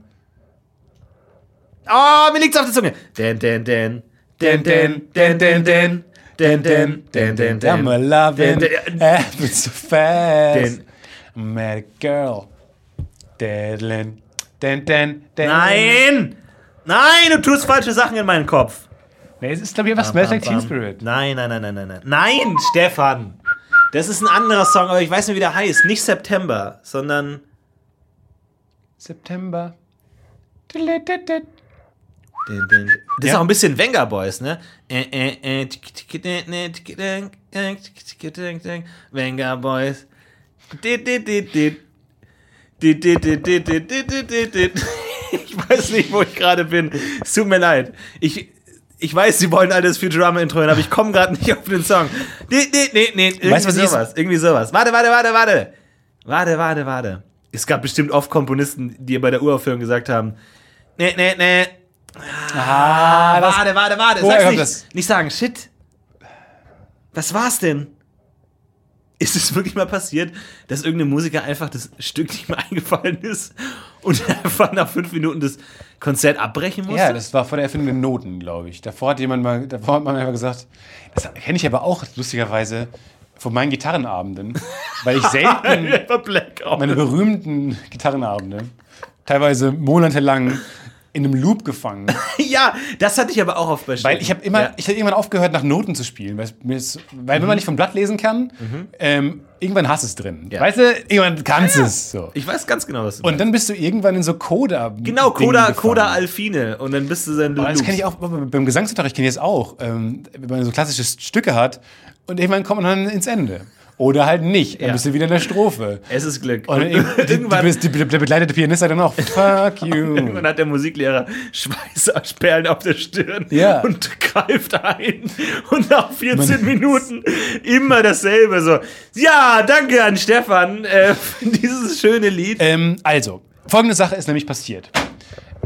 Speaker 2: Oh, mir liegt's auf der Zunge. Den, den, den. Den, den, den, den, den. Den, den, den, den,
Speaker 1: I'm a loving,
Speaker 2: den-
Speaker 1: happens so fast.
Speaker 2: Den-
Speaker 1: Met a girl. Diddlin. Den, den, den.
Speaker 2: Nein! Nein, du tust falsche Sachen in meinen Kopf.
Speaker 1: Nee, es ist, glaube ich, einfach Smells Like
Speaker 2: Bam,
Speaker 1: Teen
Speaker 2: bam.
Speaker 1: Spirit.
Speaker 2: Nein, nein, nein, nein, nein, nein. Nein, Stefan! Das ist ein anderer Song, aber ich weiß nicht, wie der heißt. Nicht September, sondern.
Speaker 1: September. Diddlididid.
Speaker 2: Den, den. Das ist
Speaker 1: Ja.
Speaker 2: auch ein bisschen Venga Boys, ne? Äh, äh, äh, tick, tick, tick, tick, tick, tick, tick, tick, tick, tick, tick, Venga Boys. Dit, dit, dit, dit. Dit, dit, dit, dit, dit, dit, dit, dit, dit. <laughs> Ich weiß nicht, wo ich gerade bin. Es tut mir leid. Ich, ich weiß, Sie wollen alles Futurama-Intro hören, aber ich komme gerade nicht auf den Song. Dit, dit, dit, dit. Irgendwie
Speaker 1: Weißt du, was ich-
Speaker 2: sowas. Irgendwie sowas. Warte, warte, warte, warte. Warte, warte, warte. Es gab bestimmt oft Komponisten, die bei der Uraufführung gesagt haben, ne, ne, ne,
Speaker 1: Ah, das
Speaker 2: warte, warte, warte.
Speaker 1: Woher
Speaker 2: Sag's
Speaker 1: kommt
Speaker 2: nicht.
Speaker 1: das?
Speaker 2: Nicht sagen, shit. Was war's denn? Ist es wirklich mal passiert, dass irgendein Musiker einfach das Stück <laughs> nicht mehr eingefallen ist und einfach nach fünf Minuten das Konzert abbrechen musste? <laughs>
Speaker 1: Ja, das war vor der Erfindung der Noten, glaube ich. Davor hat jemand mal, davor hat man einfach gesagt, das kenne ich aber auch lustigerweise von
Speaker 2: <laughs>
Speaker 1: meinen Gitarrenabenden, weil ich selten
Speaker 2: war Blackout.
Speaker 1: meine berühmten Gitarrenabende teilweise monatelang in einem Loop gefangen,
Speaker 2: ja, das hatte ich aber auch auf bei
Speaker 1: weil ich habe immer,
Speaker 2: Ja. Mhm.
Speaker 1: ich habe irgendwann aufgehört, nach Noten zu spielen, weil, es mir ist- weil wenn man nicht vom Blatt lesen kann, ähm, irgendwann hast du es drin.
Speaker 2: Ja.
Speaker 1: Weißt du, irgendwann kannst du es so.
Speaker 2: Ich weiß ganz genau, was du
Speaker 1: Und
Speaker 2: meinst.
Speaker 1: dann bist du irgendwann in so Coda.
Speaker 2: Genau, Coda, Coda Alfine. Und dann bist du sein
Speaker 1: Aber das kenne ich auch beim Gesangsunterricht, kenne ich das auch. Ähm, wenn man so klassische Stücke hat und irgendwann kommt man dann ins Ende. Oder halt nicht. Dann
Speaker 2: Ja.
Speaker 1: bist du wieder in
Speaker 2: <laughs>
Speaker 1: der Strophe.
Speaker 2: Es ist Glück.
Speaker 1: Und ir- die, die, bist- die, der begleitete Pianist sagt dann auch, fuck
Speaker 2: <laughs>
Speaker 1: you.
Speaker 2: Irgendwann hat der Musiklehrer Schweißperlen auf der Stirn
Speaker 1: Ja.
Speaker 2: und greift ein. Und nach 14 Minuten immer dasselbe. So, ja, danke an Stefan äh,
Speaker 1: Äh.
Speaker 2: für dieses schöne Lied.
Speaker 1: Ähm, also, folgende Sache ist nämlich passiert.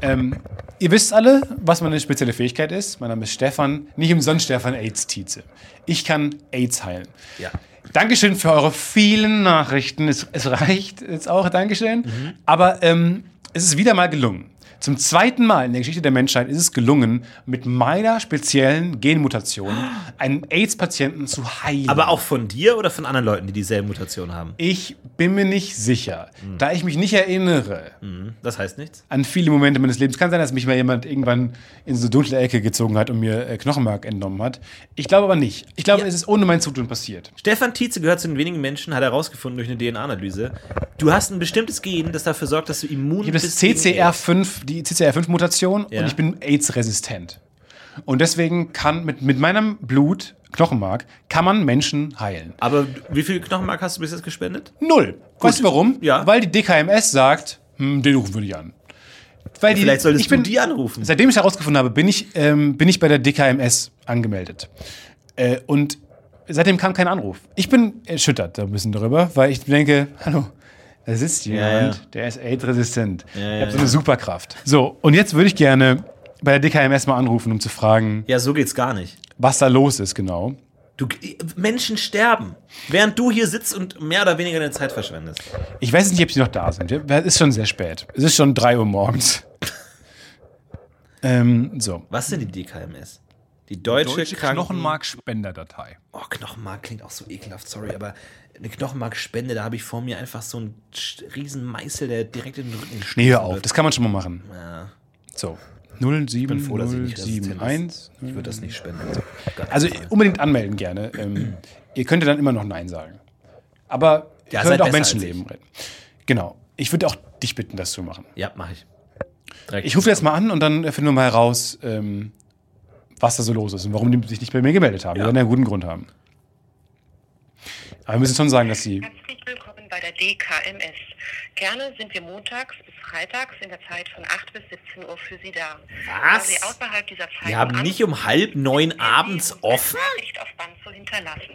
Speaker 1: Ähm, Ihr wisst alle, was meine spezielle Fähigkeit ist. Mein Name ist Stefan, nicht umsonst Stefan AIDS Tietze. Ich kann AIDS heilen.
Speaker 2: Ja.
Speaker 1: Dankeschön für eure vielen Nachrichten. Es, es reicht jetzt auch, Dankeschön. Aber ähm, es ist wieder mal gelungen. Zum zweiten Mal in der Geschichte der Menschheit ist es gelungen, mit meiner speziellen Genmutation einen AIDS-Patienten zu heilen.
Speaker 2: Aber auch von dir oder von anderen Leuten, die dieselbe Mutation haben?
Speaker 1: ich bin mir nicht sicher, da ich mich nicht erinnere
Speaker 2: Das heißt nichts.
Speaker 1: an viele Momente meines Lebens. Kann sein, dass mich mal jemand irgendwann in so eine dunkle Ecke gezogen hat und mir äh, Knochenmark entnommen hat. Ich glaube aber nicht. Ich glaube,
Speaker 2: Ja.
Speaker 1: es ist ohne mein Zutun passiert.
Speaker 2: Stefan Tietze gehört zu den wenigen Menschen, hat er herausgefunden durch eine DNA-Analyse. Du hast ein bestimmtes Gen, das dafür sorgt, dass du immun
Speaker 1: Ich habe das
Speaker 2: bist. gegen E AIDS.
Speaker 1: CCR5, die CCR5-Mutation
Speaker 2: Ja.
Speaker 1: und ich bin AIDS-resistent. Und deswegen kann mit, mit meinem Blut, Knochenmark, kann man Menschen heilen.
Speaker 2: Aber wie viel Knochenmark hast du bis jetzt gespendet?
Speaker 1: Null. Weißt du warum?
Speaker 2: Ja.
Speaker 1: Weil die DKMS sagt, hm, den rufen wir nicht an. Weil die,
Speaker 2: Vielleicht solltest
Speaker 1: ich bin,
Speaker 2: du die anrufen.
Speaker 1: Seitdem ich herausgefunden habe, bin ich, ähm, bin ich bei der DKMS angemeldet. Äh, und seitdem kam kein Anruf. Ich bin erschüttert da ein bisschen darüber, weil ich denke, hallo, da sitzt jemand,
Speaker 2: ja.
Speaker 1: der ist AIDS-resistent. ich
Speaker 2: ja,
Speaker 1: habe so eine Superkraft. So, und jetzt würde ich gerne bei der DKMS mal anrufen, um zu fragen,
Speaker 2: Ja, so geht's gar nicht.
Speaker 1: was da los ist genau.
Speaker 2: Du, äh, Menschen sterben, während du hier sitzt und mehr oder weniger deine Zeit verschwendest.
Speaker 1: Ich weiß nicht, ob sie noch da sind. Es ist schon sehr spät. Es ist schon 3 Uhr morgens. ähm, so.
Speaker 2: Was sind die DKMS? Die deutsche, Kranken-
Speaker 5: Knochenmarkspenderdatei.
Speaker 2: Oh, Knochenmark klingt auch so ekelhaft, sorry, aber eine Knochenmarkspende, da habe ich vor mir einfach so einen sch- riesen Meißel, der direkt in den Rücken gestoßen
Speaker 1: Nee, hör auf.
Speaker 2: wird.
Speaker 1: Das kann man schon mal machen.
Speaker 2: Ja,
Speaker 1: So.
Speaker 2: bin froh, dass ich nicht resistent bin.
Speaker 1: 07071.
Speaker 2: Ich würde das nicht spenden. Gott,
Speaker 1: Äh. Also
Speaker 2: Mann.
Speaker 1: unbedingt anmelden gerne. Ähm, ihr könntet dann immer noch Nein sagen. Aber ihr
Speaker 2: Ja, seid
Speaker 1: könnt
Speaker 2: besser
Speaker 1: auch
Speaker 2: als
Speaker 1: Menschenleben retten. Genau. Ich würde auch dich bitten, das zu machen.
Speaker 2: ja, mache ich. Direkt.
Speaker 1: Ich rufe jetzt mal an und dann äh, finden wir mal heraus, ähm, was da so los ist und warum die sich nicht bei mir gemeldet haben. Die werden ja einen guten Grund haben. Aber wir müssen schon sagen, dass sie
Speaker 6: Herzlich willkommen bei der DKMS. Gerne sind wir montags bis freitags in der Zeit von 8 bis 17 Uhr für Sie da.
Speaker 2: Was?
Speaker 6: Da Sie außerhalb dieser Zeit
Speaker 2: Wir haben nicht um halb neun abends offen.
Speaker 6: Nicht auf Band zu hinterlassen.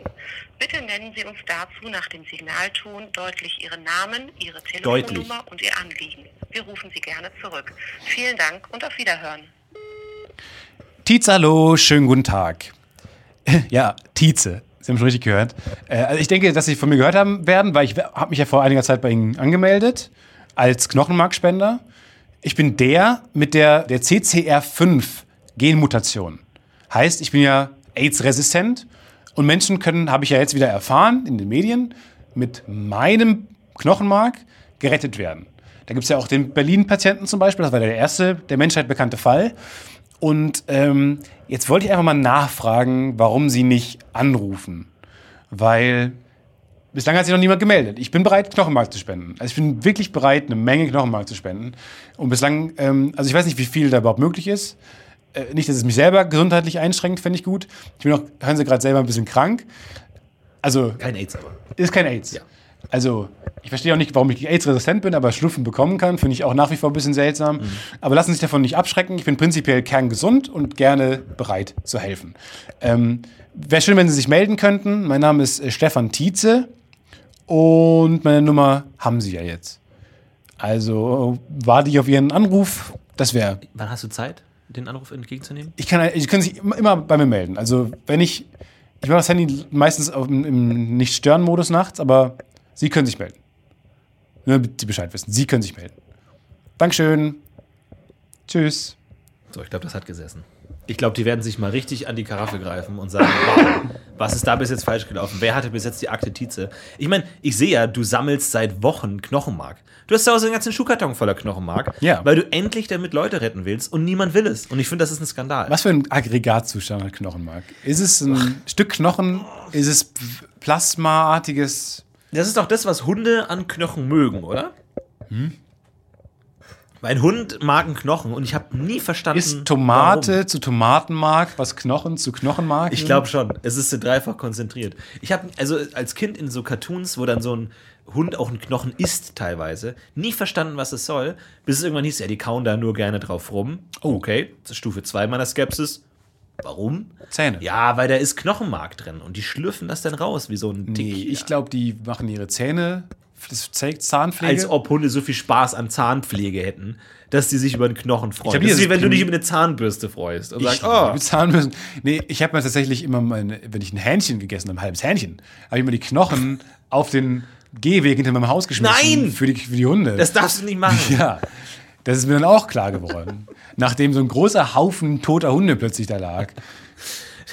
Speaker 6: Bitte nennen Sie uns dazu nach dem Signalton deutlich Ihren Namen, Ihre Telefonnummer und Ihr Anliegen. Wir rufen Sie gerne zurück. Vielen Dank und auf Wiederhören.
Speaker 1: Tietze, hallo, schönen guten Tag. <laughs> ja, Tietze. Sie haben schon richtig gehört. Äh, also ich denke, dass Sie von mir gehört haben werden, weil ich habe mich ja vor einiger Zeit bei Ihnen angemeldet als Knochenmarkspender. Ich bin der mit der, der CCR5-Genmutation. Heißt, ich bin ja AIDS-resistent und Menschen können, habe ich ja jetzt wieder erfahren in den Medien, mit meinem Knochenmark gerettet werden. Da gibt es ja auch den Berlin-Patienten zum Beispiel, das war der erste der Menschheit bekannte Fall. Und ähm, jetzt wollte ich einfach mal nachfragen, warum Sie nicht anrufen. Weil bislang hat sich noch niemand gemeldet. Ich bin bereit, Knochenmark zu spenden. Also ich bin wirklich bereit, eine Menge Knochenmark zu spenden. Und bislang, ähm, also ich weiß nicht, wie viel da überhaupt möglich ist. Äh, nicht, dass es mich selber gesundheitlich einschränkt, fände ich gut. Ich bin auch, hören Sie gerade selber ein bisschen krank. Also
Speaker 2: Kein AIDS aber.
Speaker 1: ist kein AIDS.
Speaker 2: Ja.
Speaker 1: Also, ich verstehe auch nicht, warum ich AIDS-resistent bin, aber Schnupfen bekommen kann, finde ich auch nach wie vor ein bisschen seltsam. Aber lassen Sie sich davon nicht abschrecken. Ich bin prinzipiell kerngesund und gerne bereit zu helfen. Ähm, Wäre schön, wenn Sie sich melden könnten. Mein Name ist äh, Stefan Tietze und meine Nummer haben Sie ja jetzt. Also warte ich auf Ihren Anruf. Das wäre
Speaker 2: Wann hast du Zeit, den Anruf entgegenzunehmen?
Speaker 1: ich kann, Sie können sich immer- immer bei mir melden. Also wenn ich, ich mache das Handy meistens auf, im, im Nicht-Stören-Modus nachts, aber Sie können sich melden. Nur damit Sie Bescheid wissen. Sie können sich melden. Dankeschön. Tschüss.
Speaker 2: So, ich glaube, das hat gesessen. Ich glaube, die werden sich mal richtig an die Karaffe greifen und sagen, <laughs> wow, was ist da bis jetzt falsch gelaufen? Wer hatte bis jetzt die Akte Tietze? Ich meine, ich sehe ja, du sammelst seit Wochen Knochenmark. Du hast zu Hause einen ganzen Schuhkarton voller Knochenmark,
Speaker 1: Ja.
Speaker 2: weil du endlich damit Leute retten willst und niemand will es. Und ich finde, das ist ein Skandal.
Speaker 1: Was für ein Aggregatzustand hat Knochenmark? Ist es ein Stück Knochen? Ist es p- plasmaartiges?
Speaker 2: Das ist doch das, was Hunde an Knochen mögen, oder?
Speaker 1: Hm?
Speaker 2: Weil ein Hund mag einen Knochen und ich habe nie verstanden.
Speaker 1: Ist Tomate
Speaker 2: Hm, warum.
Speaker 1: zu Tomatenmark? Was Knochen zu Knochenmark?
Speaker 2: Ich
Speaker 1: sind?
Speaker 2: glaube schon. Es ist so dreifach konzentriert. Ich habe also als Kind in so Cartoons, wo dann so ein Hund auch einen Knochen isst teilweise, nie verstanden, was es soll, bis es irgendwann hieß, ja, die kauen da nur gerne drauf rum. Oh. Okay, das ist Stufe 2 meiner Skepsis. Warum?
Speaker 1: Zähne.
Speaker 2: Ja, weil da ist Knochenmark drin und die schlürfen das dann raus, wie so ein
Speaker 1: Nee,
Speaker 2: Tequila.
Speaker 1: ich glaube, die machen ihre Zähne das zeigt Zahnpflege.
Speaker 2: Als ob Hunde so viel Spaß an Zahnpflege hätten, dass die sich über den Knochen freuen.
Speaker 1: hab nie
Speaker 2: das ist
Speaker 1: das
Speaker 2: wie wenn du
Speaker 1: Prim-
Speaker 2: dich über eine Zahnbürste freust und
Speaker 1: ich
Speaker 2: sagst, oh,
Speaker 1: mit Zahnbürsten. Nee, ich habe mir tatsächlich immer, meine, wenn ich ein Hähnchen gegessen habe, ein halbes Hähnchen, habe ich immer die Knochen auf den Gehweg hinter meinem Haus geschmissen.
Speaker 2: Nein!
Speaker 1: Für die, für die Hunde.
Speaker 2: das darfst du nicht machen.
Speaker 1: <laughs> ja, das ist mir dann auch klar geworden. Nachdem so ein großer Haufen toter Hunde plötzlich da lag.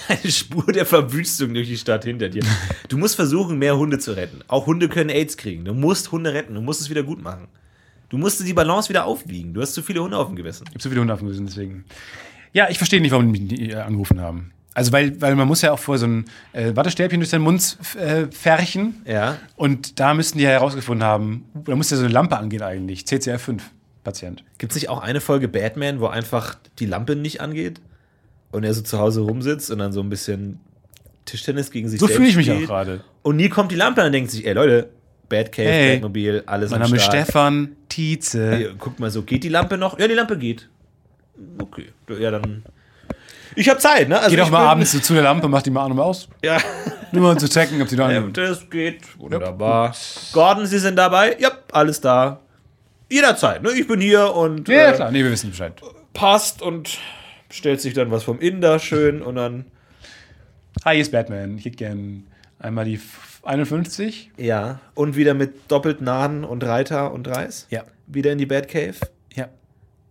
Speaker 2: Eine Spur der Verwüstung durch die Stadt hinter dir. Du musst versuchen, mehr Hunde zu retten. Auch Hunde können AIDS kriegen. Du musst Hunde retten. Du musst es wieder gut machen. Du musst die Balance wieder aufwiegen. Du hast zu viele Hunde auf dem Gewissen.
Speaker 1: Ich habe so viele Hunde aufgewiesen, deswegen. Ja, ich verstehe nicht, warum die mich nie, äh, angerufen haben. Also, weil, weil man muss ja auch vorher so ein äh, Wattestäbchen durch seinen Mund äh, färchen.
Speaker 2: Ja.
Speaker 1: Und da müssten die ja herausgefunden haben, da muss ja so eine Lampe angehen eigentlich. CCR5-Patient.
Speaker 2: Gibt es nicht auch eine Folge Batman, wo einfach die Lampe nicht angeht und er so zu Hause rumsitzt und dann so ein bisschen Tischtennis gegen sich
Speaker 1: So
Speaker 2: selbst
Speaker 1: fühle ich mich auch
Speaker 2: spielt?
Speaker 1: gerade.
Speaker 2: Und nie kommt die Lampe und denkt sich, ey Leute, Batcave,
Speaker 1: Hey,
Speaker 2: Batmobil, alles
Speaker 1: Mein
Speaker 2: am
Speaker 1: Name ist
Speaker 2: Start.
Speaker 1: Stefan Tietze.
Speaker 2: Ey, Guck mal so, geht die Lampe noch? Ja, die Lampe geht. Okay, ja dann. Ich habe Zeit, ne? Also
Speaker 1: Geh doch
Speaker 2: ich
Speaker 1: mal
Speaker 2: bin-
Speaker 1: abends so zu der Lampe, mach die mal an und mal aus. <laughs>
Speaker 2: Ja,
Speaker 1: Nur mal um zu checken, ob die da
Speaker 2: Ja,
Speaker 1: angeht.
Speaker 2: das geht. Wunderbar. Gordon, Sie sind dabei? Ja, alles da. Jederzeit, ne? Ich bin hier und
Speaker 1: Ja,
Speaker 2: äh,
Speaker 1: klar, nee, wir wissen Bescheid.
Speaker 2: passt und stellt sich dann was vom Inder schön und dann.
Speaker 1: Hi, hier ist Batman. Ich hätte gern einmal die F- 51.
Speaker 2: Ja. Und wieder mit doppelt Naden und Reiter und Reis.
Speaker 1: Ja.
Speaker 2: Wieder in die Batcave.
Speaker 1: Ja.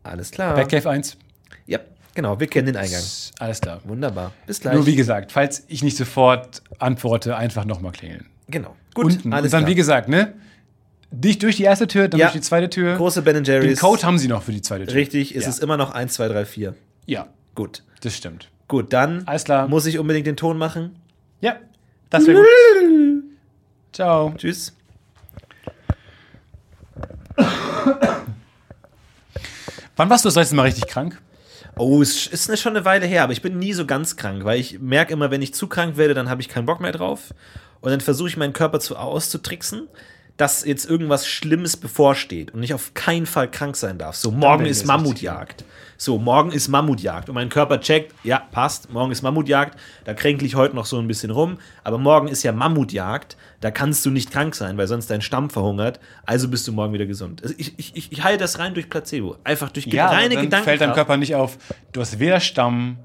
Speaker 2: Alles klar.
Speaker 1: Batcave 1.
Speaker 2: Ja, genau. Wir kennen den Eingang.
Speaker 1: Alles klar.
Speaker 2: Wunderbar. Bis gleich.
Speaker 1: Nur wie gesagt, falls ich nicht sofort antworte, einfach nochmal klingeln.
Speaker 2: genau.
Speaker 1: Unten. Und dann, wie gesagt, ne? Dich durch die erste Tür, dann
Speaker 2: Ja.
Speaker 1: durch die zweite Tür.
Speaker 2: Große Ben
Speaker 1: Den
Speaker 2: Jerry's.
Speaker 1: Code haben sie noch für die zweite Tür.
Speaker 2: Richtig, es
Speaker 1: ja.
Speaker 2: ist immer noch 1, 2, 3, 4.
Speaker 1: Ja,
Speaker 2: Gut.
Speaker 1: das stimmt.
Speaker 2: Gut, dann
Speaker 1: Alles klar.
Speaker 2: muss ich unbedingt den Ton machen.
Speaker 1: Ja,
Speaker 2: <laughs>
Speaker 1: das wäre gut. Ciao.
Speaker 2: Tschüss.
Speaker 1: Wann warst du das letzte Mal richtig krank?
Speaker 2: Oh, es ist eine- schon eine Weile her, aber ich bin nie so ganz krank, weil ich merke immer, wenn ich zu krank werde, dann habe ich keinen Bock mehr drauf. Und dann versuche ich meinen Körper zu auszutricksen, dass jetzt irgendwas Schlimmes bevorsteht und ich auf keinen Fall krank sein darf. So, morgen
Speaker 1: werden wir
Speaker 2: ist
Speaker 1: es richtig
Speaker 2: Mammutjagd. So, morgen ist Mammutjagd. Und mein Körper checkt, ja, passt, morgen ist Mammutjagd. Da kränkel ich heute noch so ein bisschen rum. Aber morgen ist ja Mammutjagd. Da kannst du nicht krank sein, weil sonst dein Stamm verhungert. Also bist du morgen wieder gesund. Also ich, ich, ich, ich heile das rein durch Placebo. Einfach durch reine
Speaker 1: dann
Speaker 2: Gedanken.
Speaker 1: fällt deinem Körper nicht auf. Du hast weder Stamm,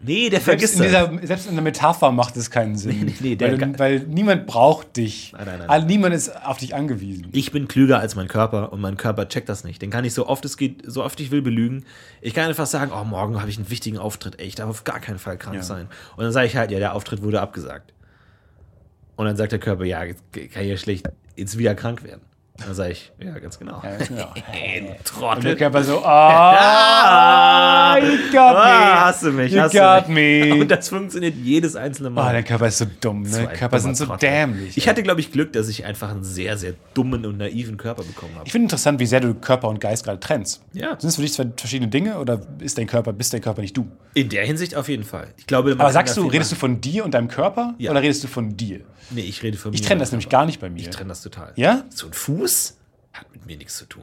Speaker 2: Nee, der
Speaker 1: selbst
Speaker 2: vergisst
Speaker 1: in,
Speaker 2: das.
Speaker 1: dieser, selbst in der Metapher macht es keinen Sinn.
Speaker 2: <laughs> Nee, nee, nee, der
Speaker 1: weil,
Speaker 2: kann-
Speaker 1: du, weil niemand braucht dich.
Speaker 2: Nein, nein, nein.
Speaker 1: All- Niemand ist auf dich
Speaker 2: <laughs>
Speaker 1: angewiesen.
Speaker 2: ich bin klüger als mein Körper und mein Körper checkt das nicht. Den kann ich so oft es geht, so oft ich will belügen. Ich kann einfach sagen, oh, morgen habe ich einen wichtigen Auftritt, ey, ich darf auf gar keinen Fall krank
Speaker 1: Ja.
Speaker 2: sein. Und dann sage ich halt, ja, der Auftritt wurde abgesagt. Und dann sagt der Körper, ja, jetzt kann ich ja schlecht jetzt wieder krank werden. Dann sage ich, ja, ganz genau.
Speaker 1: Ja, genau. Und der
Speaker 2: Trottel. <laughs>
Speaker 1: Körper so, ah, you got me.
Speaker 2: Ah, hast du mich,
Speaker 1: You
Speaker 2: hast
Speaker 1: got
Speaker 2: du mich.
Speaker 1: me.
Speaker 2: <laughs> Und das funktioniert jedes einzelne
Speaker 1: Ah,
Speaker 2: Mal.
Speaker 1: der Körper ist so dumm, ne?
Speaker 2: Zwei
Speaker 1: Körper sind
Speaker 2: dumme
Speaker 1: so
Speaker 2: Trottel.
Speaker 1: dämlich.
Speaker 2: Ich hatte, glaube ich, Glück, dass ich einfach einen sehr, sehr dummen und naiven Körper bekommen habe.
Speaker 1: Ich finde interessant, wie sehr du Körper und Geist gerade trennst.
Speaker 2: Ja.
Speaker 1: Sind es für dich zwei verschiedene Dinge oder ist dein Körper, bist dein Körper nicht du?
Speaker 2: In der Hinsicht auf jeden Fall. Ich glaube, man
Speaker 1: Aber
Speaker 2: kann
Speaker 1: sagst
Speaker 2: da
Speaker 1: du,
Speaker 2: viel
Speaker 1: redest du
Speaker 2: machen.
Speaker 1: von dir und deinem Körper
Speaker 2: Ja.
Speaker 1: oder redest du von dir?
Speaker 2: Nee, ich rede von mir.
Speaker 1: Ich trenne das nämlich gar nicht bei mir.
Speaker 2: Ich trenne das total.
Speaker 1: Ja?
Speaker 2: So ein Fuß hat mit mir nichts zu tun.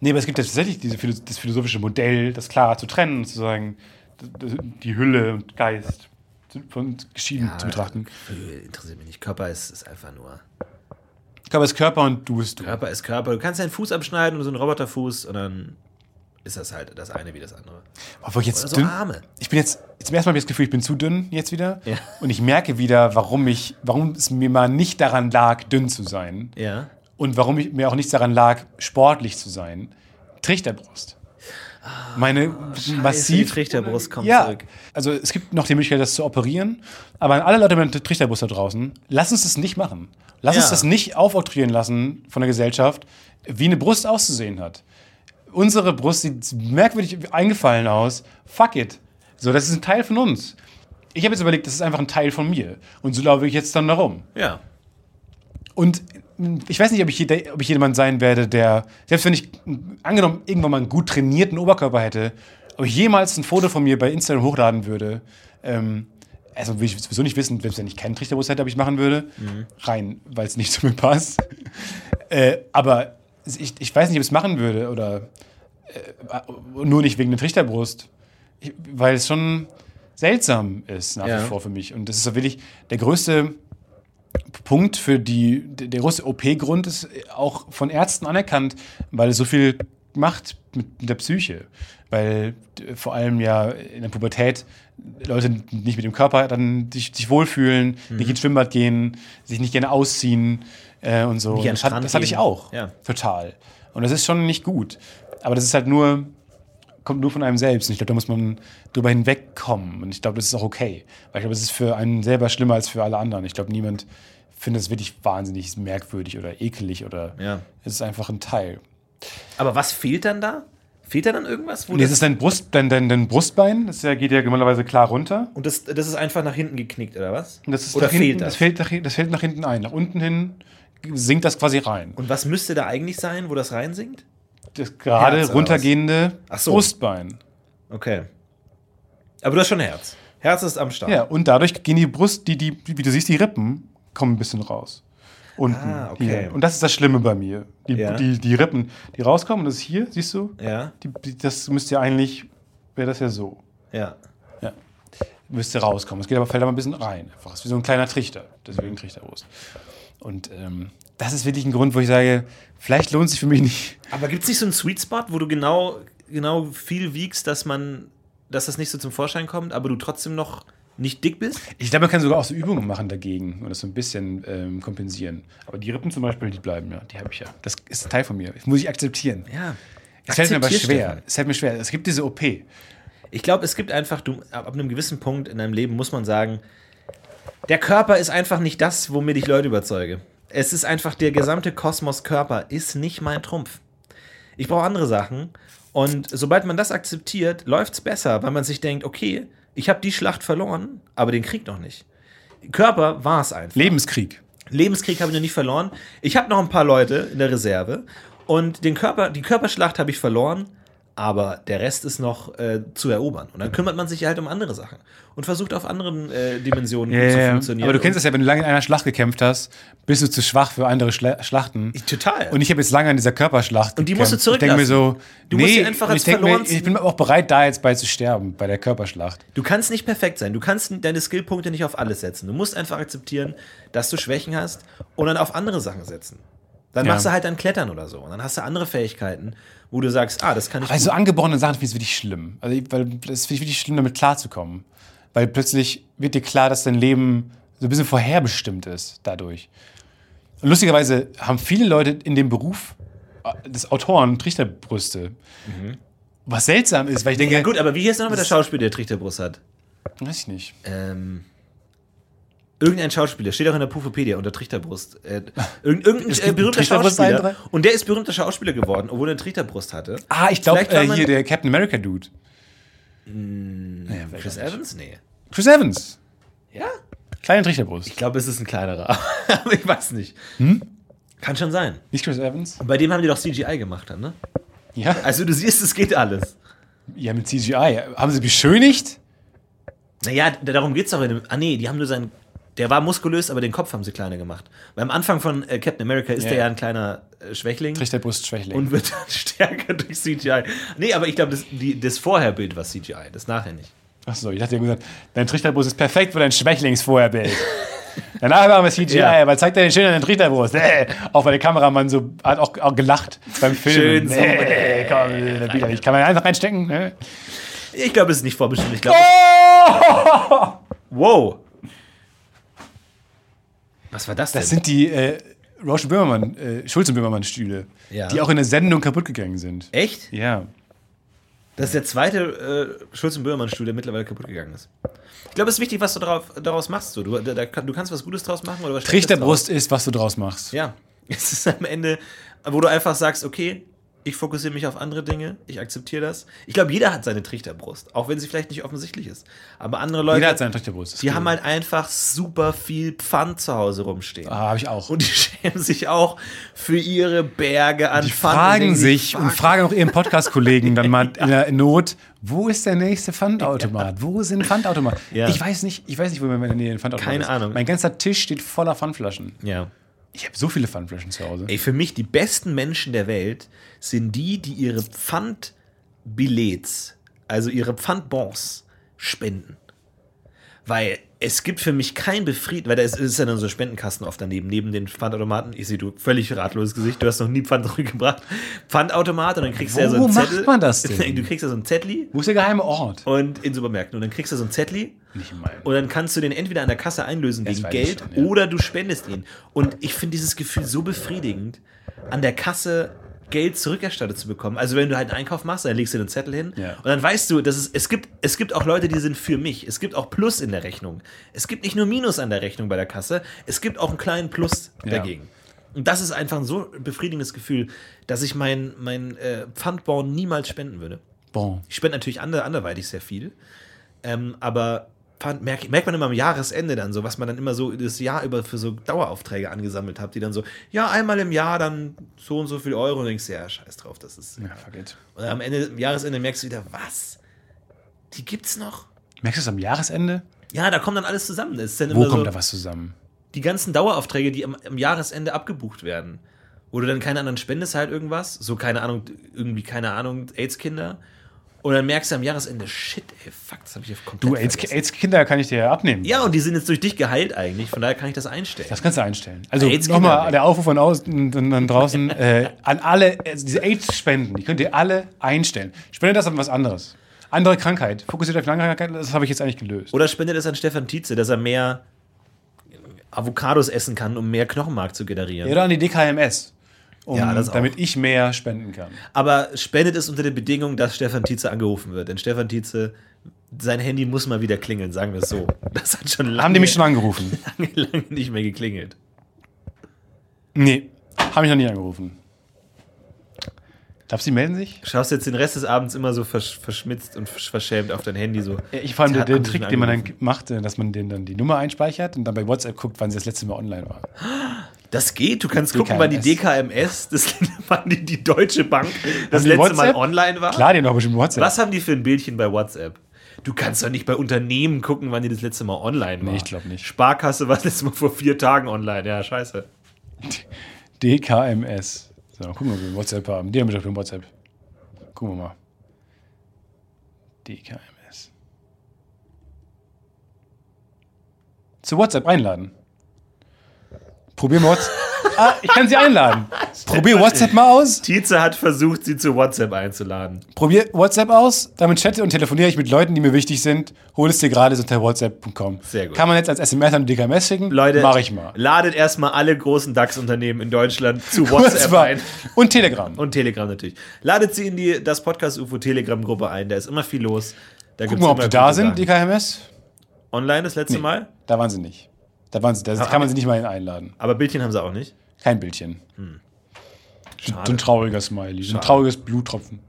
Speaker 1: Nee, aber es gibt ja tatsächlich diese, philo- das philosophische Modell, das klarer zu trennen und zu sagen, d- d- die Hülle und Geist sind von geschieden zu betrachten.
Speaker 2: Äh, Interessiert mich nicht. Körper ist, ist einfach nur.
Speaker 1: Körper ist Körper und du ist du.
Speaker 2: Körper ist Körper. Du kannst deinen Fuß abschneiden und so einen Roboterfuß und dann ist das halt das eine wie das andere.
Speaker 1: Obwohl ich jetzt
Speaker 2: Oder so
Speaker 1: dünn,
Speaker 2: Also Arme.
Speaker 1: Ich bin jetzt zum ersten Mal habe ich das Gefühl, ich bin zu dünn jetzt wieder.
Speaker 2: Ja.
Speaker 1: Und ich merke wieder, warum ich, warum es mir mal nicht daran lag, dünn zu sein.
Speaker 2: Ja.
Speaker 1: Und warum ich, mir auch nicht daran lag, sportlich zu sein. Trichterbrust. Meine
Speaker 2: Ah, Die
Speaker 1: massiv.
Speaker 2: Trichterbrust kommt
Speaker 1: ja,
Speaker 2: zurück.
Speaker 1: also es gibt noch die Möglichkeit, das zu operieren. Aber an alle Leute mit Trichterbrust da draußen, lass uns das nicht machen. Lass
Speaker 2: Ja.
Speaker 1: uns das nicht aufoktroyieren lassen von der Gesellschaft, wie eine Brust auszusehen hat. Unsere Brust sieht merkwürdig eingefallen aus. Fuck it. So, das ist ein Teil von uns. Ich habe jetzt überlegt, das ist einfach ein Teil von mir. Und so laufe ich jetzt dann darum.
Speaker 2: Ja.
Speaker 1: Und hm, ich weiß nicht, ob ich, jeder, ob ich jemand sein werde, der, selbst wenn ich m, angenommen irgendwann mal einen gut trainierten Oberkörper hätte, ob ich jemals ein Foto von mir bei Instagram hochladen würde. Ähm, also will ich sowieso nicht wissen, selbst wenn ich keinen Trichterbus hätte, ob ich machen würde. Rein, weil es nicht zu mir passt. <laughs> äh, aber ich, ich weiß nicht, ob ich es machen würde oder äh, nur nicht wegen der Trichterbrust. Ich, weil es schon seltsam ist nach
Speaker 2: Ja.
Speaker 1: wie vor für mich. Und das ist so wirklich der größte Punkt für die, der der große OP-Grund ist auch von Ärzten anerkannt, weil es so viel macht mit der Psyche. Weil äh, vor allem ja in der Pubertät Leute nicht mit dem Körper dann sich, sich wohlfühlen,
Speaker 2: Mhm.
Speaker 1: nicht ins Schwimmbad gehen, sich nicht gerne ausziehen äh, und so.
Speaker 2: Nicht an
Speaker 1: das,
Speaker 2: den
Speaker 1: hat,
Speaker 2: Strand
Speaker 1: das hatte ich
Speaker 2: gehen.
Speaker 1: auch.
Speaker 2: Ja.
Speaker 1: Total. Und das ist schon nicht gut. Aber das ist halt nur, kommt nur von einem selbst. Und ich glaube, da muss man drüber hinwegkommen. Und ich glaube, das ist auch okay. Weil ich glaube, es ist für einen selber schlimmer als für alle anderen. Ich glaube, niemand findet es wirklich wahnsinnig merkwürdig oder ekelig oder
Speaker 2: Ja.
Speaker 1: es ist einfach ein Teil.
Speaker 2: Aber was fehlt dann da? Fehlt da dann irgendwas? Wo
Speaker 1: Und jetzt ist dein Brust, dein, dein, dein Brustbein, das ist ja- geht ja normalerweise klar runter.
Speaker 2: und das, das ist einfach nach hinten geknickt, oder was?
Speaker 1: Und das ist
Speaker 2: oder
Speaker 1: nach hinten,
Speaker 2: fehlt das?
Speaker 1: das? fällt nach, hin- das fällt nach hinten ein. Nach unten hin sinkt das quasi rein. Und
Speaker 2: Und was müsste da eigentlich sein, wo das reinsinkt?
Speaker 1: das gerade
Speaker 2: Herz oder
Speaker 1: runtergehende
Speaker 2: Ach so.
Speaker 1: Brustbein.
Speaker 2: Okay. Aber du hast schon Herz. Herz ist am Start.
Speaker 1: Ja, und dadurch gehen die Brust, die, die, wie du siehst, die Rippen kommen ein bisschen raus. Unten.
Speaker 2: Ah, okay.
Speaker 1: hier. Und das ist das Schlimme bei mir. Die,
Speaker 2: Ja.
Speaker 1: die, die Rippen, die rauskommen, das ist hier, siehst du?
Speaker 2: Ja.
Speaker 1: Die, die, das müsste ja eigentlich, wäre das ja so.
Speaker 2: Ja.
Speaker 1: müsste rauskommen. Es geht aber fällt aber ein bisschen rein. Einfach. Es ist wie so ein kleiner Trichter. Deswegen Trichterbrust. Und ähm, das ist wirklich ein Grund, wo ich sage, vielleicht lohnt sich für mich nicht.
Speaker 2: Aber gibt es nicht so einen Sweet Spot, wo du genau, genau viel wiegst, dass man, dass das nicht so zum Vorschein kommt, aber du trotzdem noch nicht dick bist?
Speaker 1: Ich glaube, man kann sogar auch so Übungen machen dagegen und das so ein bisschen ähm, kompensieren. Aber die Rippen zum Beispiel, die bleiben ja. Die habe ich ja. Das ist ein Teil von mir. Das muss ich akzeptieren.
Speaker 2: Ja.
Speaker 1: Es fällt mir aber
Speaker 2: Akzeptier,
Speaker 1: schwer.
Speaker 2: Stefan.
Speaker 1: Es fällt mir schwer. Es gibt diese OP.
Speaker 2: Ich glaube, es gibt einfach, du, ab ab einem gewissen Punkt in deinem Leben muss man sagen, der Körper ist einfach nicht das, womit ich Leute überzeuge. Es ist einfach, der gesamte Kosmos Körper ist nicht mein Trumpf. Ich brauche andere Sachen. Und sobald man das akzeptiert, läuft's besser, weil man sich denkt, okay, ich habe die Schlacht verloren, aber den Krieg noch nicht. Körper war es einfach.
Speaker 1: Lebenskrieg.
Speaker 2: Lebenskrieg habe ich noch nicht verloren. Ich habe noch ein paar Leute in der Reserve und den Körper, die Körperschlacht habe ich verloren, aber der Rest ist noch äh, zu erobern. Und dann kümmert man sich halt um andere Sachen und versucht auf anderen äh, Dimensionen gut zu funktionieren.
Speaker 1: Aber du kennst das ja, wenn du lange in einer Schlacht gekämpft hast, bist du zu schwach für andere Schla Schlachten.
Speaker 2: Und- total.
Speaker 1: Und ich habe jetzt lange an dieser Körperschlacht.
Speaker 2: Und die musst du
Speaker 1: gekämpft. Ich denke mir so,
Speaker 2: zurücklassen. Du musst
Speaker 1: nee,
Speaker 2: sie einfach
Speaker 1: und
Speaker 2: als
Speaker 1: ich, denk mir,
Speaker 2: verloren ziehen.
Speaker 1: ich bin auch bereit, da jetzt bei zu sterben, bei der Körperschlacht.
Speaker 2: du kannst nicht perfekt sein. Du kannst deine Skillpunkte nicht auf alles setzen. Du musst einfach akzeptieren, dass du Schwächen hast und dann auf andere Sachen setzen. Dann
Speaker 1: Ja.
Speaker 2: machst du halt dann Klettern oder so. Und dann hast du andere Fähigkeiten, wo du sagst, ah, das kann ich.
Speaker 1: Also
Speaker 2: gut.
Speaker 1: angeborene Sachen finde ich wirklich schlimm. Also, ich- weil das finde ich wirklich schlimm, damit klarzukommen. Weil plötzlich wird dir klar, dass dein Leben so ein bisschen vorherbestimmt ist dadurch. Und lustigerweise haben viele Leute in dem Beruf äh, des Autoren Trichterbrüste. Mhm. Was seltsam ist, weil ich denke,
Speaker 2: ja, gut, aber wie hieß nochmal der Schauspieler, der Trichterbrust hat?
Speaker 1: weiß ich nicht.
Speaker 2: Ähm, irgendein Schauspieler, steht auch in der Pufopedia unter Trichterbrust. Äh, irgend, irgendein äh,
Speaker 1: einen
Speaker 2: berühmter
Speaker 1: Trichterbrust-Eintrag?
Speaker 2: Schauspieler. Und der ist berühmter Schauspieler geworden, obwohl er eine Trichterbrust hatte.
Speaker 1: Ah, ich glaube,
Speaker 2: Vielleicht war
Speaker 1: äh,
Speaker 2: man-
Speaker 1: hier der Captain America Dude. Naja, Hm, vielleicht
Speaker 2: Chris
Speaker 1: auch nicht.
Speaker 2: Evans? Nee.
Speaker 1: Chris Evans.
Speaker 2: Ja?
Speaker 1: Kleine Trichterbrust.
Speaker 2: Ich glaube, es ist ein kleinerer. <laughs> Aber ich weiß nicht. Kann schon sein.
Speaker 1: Nicht Chris Evans?
Speaker 2: Und bei dem haben die doch CGI gemacht dann, ne?
Speaker 1: Ja.
Speaker 2: Also du siehst, es geht alles.
Speaker 1: Ja, mit CGI. Haben sie beschönigt?
Speaker 2: Naja, d- darum geht's doch in dem. Ah nee, die haben nur seinen. Der war muskulös, aber den Kopf haben sie kleiner gemacht. Beim Anfang von äh, Captain America ist
Speaker 1: Ja.
Speaker 2: der ja ein kleiner äh, Schwächling.
Speaker 1: Trichterbrust schwächlich.
Speaker 2: und wird dann <laughs> stärker durch CGI. Nee, aber ich glaube, das, die- das Vorherbild war CGI, das nachher nicht.
Speaker 1: Achso, ich hatte ja gesagt, dein Trichterbrust ist perfekt für dein <laughs> Schwächlingsvorherbild. Danach machen wir CGI,
Speaker 2: Ja.
Speaker 1: aber zeigt dir den schönen Trichterbrust. Äh, auch weil der Kameramann so hat auch, auch gelacht beim
Speaker 2: Schön
Speaker 1: Filmen.
Speaker 2: so.
Speaker 1: äh, komm, äh, wieder, ich kann man einfach reinstecken. Ne?
Speaker 2: Ich glaube, es ist nicht vorbestimmt. Ich
Speaker 1: Oh!
Speaker 2: glaube, Oh! wow. Was war das denn?
Speaker 1: Das sind die äh, Roche Böhmermann, äh, Schulz und Böhmermann Stühle,
Speaker 2: Ja.
Speaker 1: die auch in der Sendung kaputt gegangen sind.
Speaker 2: Echt?
Speaker 1: Ja.
Speaker 2: Das ist der zweite äh, Schulz- und Böhmermann-Stuhl, der mittlerweile kaputt gegangen ist. Ich glaube, es ist wichtig, was du drauf, daraus machst. So. Du, da, da, kann- du kannst was Gutes draus machen oder was Schlechtes
Speaker 1: Trichterbrust ist, was du draus machst.
Speaker 2: Draus. Ja. <laughs> Es ist am Ende, wo du einfach sagst, okay, ich fokussiere mich auf andere Dinge, ich akzeptiere das. Ich glaube, jeder hat seine Trichterbrust, auch wenn sie vielleicht nicht offensichtlich ist. Aber andere Leute.
Speaker 1: Jeder hat seine Trichterbrust.
Speaker 2: Die haben halt einfach super viel Pfand zu Hause rumstehen.
Speaker 1: Ah, habe ich auch.
Speaker 2: Und die <laughs> schämen sich auch für ihre Berge an
Speaker 1: die
Speaker 2: Pfand.
Speaker 1: fragen
Speaker 2: denken
Speaker 1: sich
Speaker 2: fuck.
Speaker 1: und fragen auch ihren Podcast-Kollegen
Speaker 2: <laughs>
Speaker 1: dann mal in der Not, wo ist der nächste Pfandautomat? Wo sind Pfandautomaten?
Speaker 2: Ja.
Speaker 1: Ich weiß nicht, ich weiß nicht, wo mir in der Nähe ein Pfandautomat
Speaker 2: Keine
Speaker 1: ist.
Speaker 2: Ahnung.
Speaker 1: Mein ganzer Tisch steht voller Pfandflaschen.
Speaker 2: Ja.
Speaker 1: Ich habe so viele Pfandflaschen zu Hause.
Speaker 2: Ey, für mich die besten Menschen der Welt sind die, die ihre Pfandbillets, also ihre Pfandbons, spenden. Weil es gibt für mich kein Befried, weil da ist, ist ja dann so ein Spendenkasten oft daneben, neben den Pfandautomaten. Ich sehe, du völlig ratloses Gesicht, du hast noch nie Pfand <laughs> zurückgebracht. Pfandautomat und dann kriegst du ja so
Speaker 1: Wo
Speaker 2: einen
Speaker 1: macht
Speaker 2: Zettel. <laughs>
Speaker 1: man das denn?
Speaker 2: Du kriegst ja so einen Zettli
Speaker 1: Wo ist der geheime Ort?
Speaker 2: und in Supermärkten und dann kriegst du so einen Zettli
Speaker 1: Nicht in meinem.
Speaker 2: und dann kannst du den entweder an der Kasse einlösen gegen
Speaker 1: weiß ich
Speaker 2: Geld
Speaker 1: schon, ja.
Speaker 2: oder du spendest ihn. Und ich finde dieses Gefühl so befriedigend, an der Kasse Geld zurückerstattet zu bekommen. Also wenn du halt einen Einkauf machst, dann legst du den Zettel hin
Speaker 1: Ja.
Speaker 2: und dann weißt du, dass es, es, gibt, es gibt auch Leute, die sind für mich. Es gibt auch Plus in der Rechnung. Es gibt nicht nur Minus an der Rechnung bei der Kasse, es gibt auch einen kleinen Plus
Speaker 1: Ja.
Speaker 2: dagegen. Und das ist einfach ein so befriedigendes Gefühl, dass ich mein, mein äh, Pfandborn niemals spenden würde.
Speaker 1: Bon.
Speaker 2: Ich spende natürlich ander, anderweitig sehr viel. Ähm, aber fand- merk, merkt man immer am Jahresende dann so, was man dann immer so das Jahr über für so Daueraufträge angesammelt hat, die dann so, ja, einmal im Jahr dann so und so viel Euro und denkst, dir, ja, scheiß drauf, das ist.
Speaker 1: Ja, fuck it.
Speaker 2: Und am Ende, am Jahresende merkst du wieder, was? Die gibt's noch?
Speaker 1: Merkst du es am Jahresende?
Speaker 2: Ja, da kommt dann alles zusammen. Das ist dann
Speaker 1: Wo
Speaker 2: immer
Speaker 1: kommt
Speaker 2: so,
Speaker 1: da was zusammen?
Speaker 2: Die ganzen Daueraufträge, die am, am Jahresende abgebucht werden. Wo du dann keine anderen spendest, halt irgendwas. So, keine Ahnung, irgendwie, keine Ahnung, AIDS-Kinder. Und dann merkst du am Jahresende, shit, ey, fuck, das habe ich ja komplett
Speaker 1: Du, AIDS-
Speaker 2: vergessen.
Speaker 1: AIDS-Kinder kann ich dir ja abnehmen.
Speaker 2: Ja, und die sind jetzt durch dich geheilt eigentlich, von daher kann ich das einstellen.
Speaker 1: Das kannst du einstellen. Also
Speaker 2: AIDS-Kinder
Speaker 1: nochmal
Speaker 2: weg.
Speaker 1: der Aufruf von außen und
Speaker 2: <laughs>
Speaker 1: dann draußen äh, an alle, also diese AIDS-Spenden, die könnt ihr alle einstellen. Spendet das an was anderes. Andere Krankheit. Fokussiert auf die andere Krankheit, das habe ich jetzt eigentlich gelöst.
Speaker 2: Oder spendet es an Stefan Tietze, dass er mehr Avocados essen kann, um mehr Knochenmark zu generieren.
Speaker 1: Oder an die DKMS. Um,
Speaker 2: Ja, das auch.
Speaker 1: damit ich mehr spenden kann.
Speaker 2: Aber spendet es unter der Bedingung, dass Stefan Tietze angerufen wird. Denn Stefan Tietze, sein Handy muss mal wieder klingeln, sagen wir es so. Das hat schon lange,
Speaker 1: Haben die mich schon angerufen?
Speaker 2: <laughs> lange, lange nicht mehr geklingelt.
Speaker 1: nee, haben mich noch nie angerufen. Glaubst du, die melden sich?
Speaker 2: Du schaust jetzt den Rest des Abends immer so versch verschmitzt und versch- verschämt auf dein Handy so.
Speaker 1: Ja, Ich vor allem der,
Speaker 2: Hat-
Speaker 1: der
Speaker 2: haben sie
Speaker 1: Trick,
Speaker 2: schon
Speaker 1: den man dann
Speaker 2: angerufen.
Speaker 1: macht, äh, dass man den dann die Nummer einspeichert und dann bei WhatsApp guckt, wann sie das letzte Mal online war.
Speaker 2: Das geht, du kannst gucken, wann die DKMS, das <laughs> wann die, die Deutsche Bank das
Speaker 1: die
Speaker 2: letzte Mal
Speaker 1: WhatsApp?
Speaker 2: online war.
Speaker 1: Klar, die haben doch bestimmt WhatsApp.
Speaker 2: Was haben die für ein Bildchen bei WhatsApp? Du kannst doch nicht bei Unternehmen gucken, wann die das letzte Mal online war.
Speaker 1: ich glaub nicht.
Speaker 2: Sparkasse war <laughs> das letzte Mal vor vier Tagen online. Ja, scheiße.
Speaker 1: DKMS. So, gucken wir, ob wir einen WhatsApp haben. Die haben wir doch einen WhatsApp. Gucken wir mal. DKMS. Zu WhatsApp einladen. Probier
Speaker 2: <laughs>
Speaker 1: mal WhatsApp. ah, ich kann sie einladen. Probier WhatsApp mal aus.
Speaker 2: Tietze hat versucht, sie zu WhatsApp einzuladen.
Speaker 1: Probier WhatsApp aus. Damit chatte und telefoniere ich mit Leuten, die mir wichtig sind. Hol es dir gratis unter whatsapp.com.
Speaker 2: Sehr gut.
Speaker 1: Kann man jetzt als SMS an die DKMS schicken?
Speaker 2: Leute,
Speaker 1: Mach ich mal.
Speaker 2: ladet erstmal alle großen DAX-Unternehmen in Deutschland zu
Speaker 1: <laughs> Kurz
Speaker 2: WhatsApp
Speaker 1: mal.
Speaker 2: ein.
Speaker 1: Und Telegram.
Speaker 2: Und Telegram natürlich. Ladet sie in die das Podcast UFO Telegram Gruppe ein. Da ist immer viel los. Da
Speaker 1: Gucken wir mal, ob
Speaker 2: immer
Speaker 1: die da
Speaker 2: gute
Speaker 1: sind,
Speaker 2: Sachen.
Speaker 1: DKMS.
Speaker 2: Online das letzte Mal.
Speaker 1: Da waren sie nicht. Da waren sie, da kann man sie nicht mal hin einladen.
Speaker 2: Aber Bildchen haben sie auch nicht.
Speaker 1: Kein Bildchen. So
Speaker 2: Schade.
Speaker 1: ein trauriger Smiley, so ein trauriges Bluttropfen.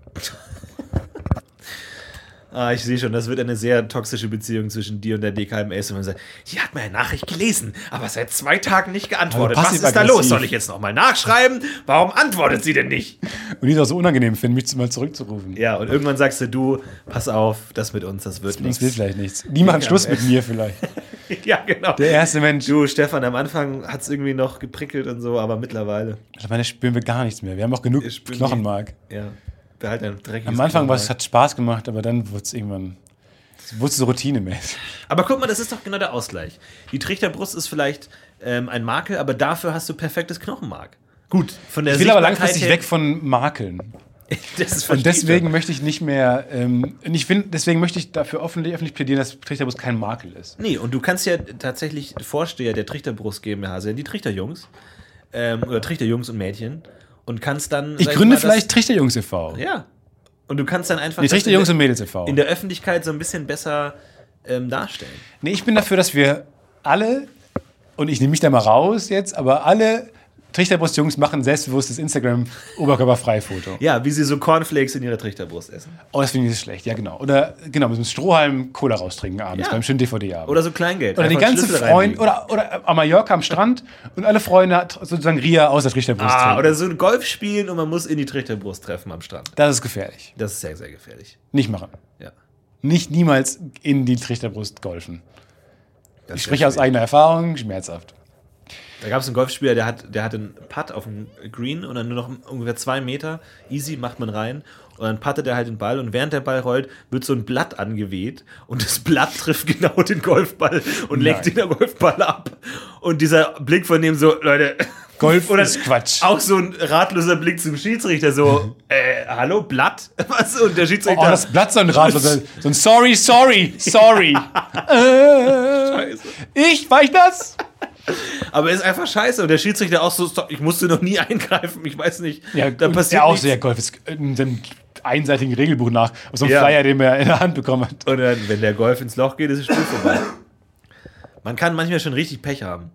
Speaker 2: Ah, ich sehe schon, das wird eine sehr toxische Beziehung zwischen dir und der DKMS. Und man sagt, die hat meine Nachricht gelesen, aber seit zwei Tagen nicht geantwortet.
Speaker 1: Also
Speaker 2: Was ist da
Speaker 1: passiv-aggressiv.
Speaker 2: los? Soll ich jetzt nochmal nachschreiben? Warum antwortet sie denn nicht?
Speaker 1: Und die ist auch so unangenehm finden, mich mal zurückzurufen.
Speaker 2: Ja, und irgendwann sagst du, du, pass auf, das mit uns, das wird
Speaker 1: Das will
Speaker 2: nichts.
Speaker 1: vielleicht nichts. Die machen Schluss mit
Speaker 2: <laughs>
Speaker 1: mir vielleicht.
Speaker 2: Ja, genau.
Speaker 1: Der erste Mensch.
Speaker 2: Du, Stefan, am Anfang hat es irgendwie noch geprickelt und so, aber mittlerweile,
Speaker 1: Mittlerweile spüren wir gar nichts mehr. Wir haben auch genug
Speaker 2: Wir spüren
Speaker 1: Knochenmark.
Speaker 2: ja, behalt dein dreckiges
Speaker 1: Am Anfang war es-
Speaker 2: Knochenmark.
Speaker 1: hat Spaß gemacht, aber dann wurde es irgendwann. Wurde es so routinemäßig.
Speaker 2: Aber guck mal, das ist doch genau der Ausgleich. Die Trichterbrust ist vielleicht ähm, ein Makel, aber dafür hast du perfektes Knochenmark. Gut, von der
Speaker 1: Ich will aber
Speaker 2: Sichtbarkeit
Speaker 1: langfristig
Speaker 2: her-
Speaker 1: weg von Makeln.
Speaker 2: <laughs> Das ist
Speaker 1: <laughs> Und
Speaker 2: versteht
Speaker 1: deswegen möchte ich nicht mehr. Ähm, und ich finde, deswegen möchte ich dafür öffentlich, öffentlich plädieren, dass Trichterbus kein Makel ist.
Speaker 2: Nee, und du kannst ja tatsächlich Vorsteher der Trichterbrust GmbH sein, die Trichterjungs. Ähm, oder Trichterjungs und Mädchen. Und kannst dann.
Speaker 1: Ich
Speaker 2: sag
Speaker 1: gründe
Speaker 2: mal, das-
Speaker 1: vielleicht Trichterjungs e e.V.
Speaker 2: Ja. Und du kannst dann einfach.
Speaker 1: Nee,
Speaker 2: das
Speaker 1: Trichter
Speaker 2: in
Speaker 1: Jungs
Speaker 2: der-
Speaker 1: und Mädels e e.V.
Speaker 2: In der Öffentlichkeit so ein bisschen besser ähm, darstellen.
Speaker 1: Nee, ich bin dafür, dass wir alle, und ich nehme mich da mal raus jetzt, aber alle Trichterbrustjungs machen selbstbewusstes Instagram-Oberkörperfrei-Foto.
Speaker 2: Ja, wie sie so Cornflakes in ihrer Trichterbrust essen.
Speaker 1: Oh, das finde ich nicht schlecht, ja genau. Oder genau, mit einem Strohhalm Cola raustrinken abends
Speaker 2: Ja.
Speaker 1: beim schönen DVD-Abend.
Speaker 2: Oder so Kleingeld.
Speaker 1: Oder die
Speaker 2: Einfach einen
Speaker 1: ganze
Speaker 2: Schlüssel
Speaker 1: Freunde,
Speaker 2: reinlegen.
Speaker 1: oder, oder am Mallorca am Strand und alle Freunde hat sozusagen Ria aus der Trichterbrust
Speaker 2: Ah,
Speaker 1: trinken.
Speaker 2: oder so ein Golf spielen und man muss in die Trichterbrust treffen am Strand.
Speaker 1: Das ist gefährlich.
Speaker 2: Das ist sehr, sehr gefährlich.
Speaker 1: Nicht machen.
Speaker 2: Ja.
Speaker 1: Nicht niemals in die Trichterbrust golfen.
Speaker 2: Das
Speaker 1: Ich
Speaker 2: ist
Speaker 1: spreche aus
Speaker 2: schwierig.
Speaker 1: eigener Erfahrung, schmerzhaft.
Speaker 2: Da gab es einen Golfspieler, der hat, der hatte einen Putt auf dem Green und dann nur noch ungefähr zwei Meter. Easy, macht man rein. Und dann pattet er halt den Ball und während der Ball rollt, wird so ein Blatt angeweht und das Blatt trifft <laughs> genau den Golfball und lenkt den Golfball ab. Und dieser Blick von dem so, Leute, <laughs>
Speaker 1: Golf
Speaker 2: Oder-
Speaker 1: ist Quatsch.
Speaker 2: auch so ein ratloser Blick zum Schiedsrichter,
Speaker 1: <laughs>
Speaker 2: so, äh, hallo, Blatt? <laughs> Was? Und der
Speaker 1: Oh,
Speaker 2: Schiedsrichter.
Speaker 1: das Blatt so ein Rad, so ein so ein Sorry, sorry, <laughs> sorry. äh, ich, war ich das?
Speaker 2: Aber ist einfach scheiße. Und der Schiedsrichter auch so, "Stop, ich musste noch nie <laughs> eingreifen, ich weiß nicht. da
Speaker 1: und
Speaker 2: passiert
Speaker 1: der auch
Speaker 2: nichts.
Speaker 1: so, ja, Golf ist in dem einseitigen Regelbuch nach, auf so einem
Speaker 2: Ja.
Speaker 1: Flyer, den er in der Hand bekommen hat.
Speaker 2: Und dann, wenn der Golf ins Loch geht, ist das Spiel vorbei. Man kann manchmal schon richtig Pech haben.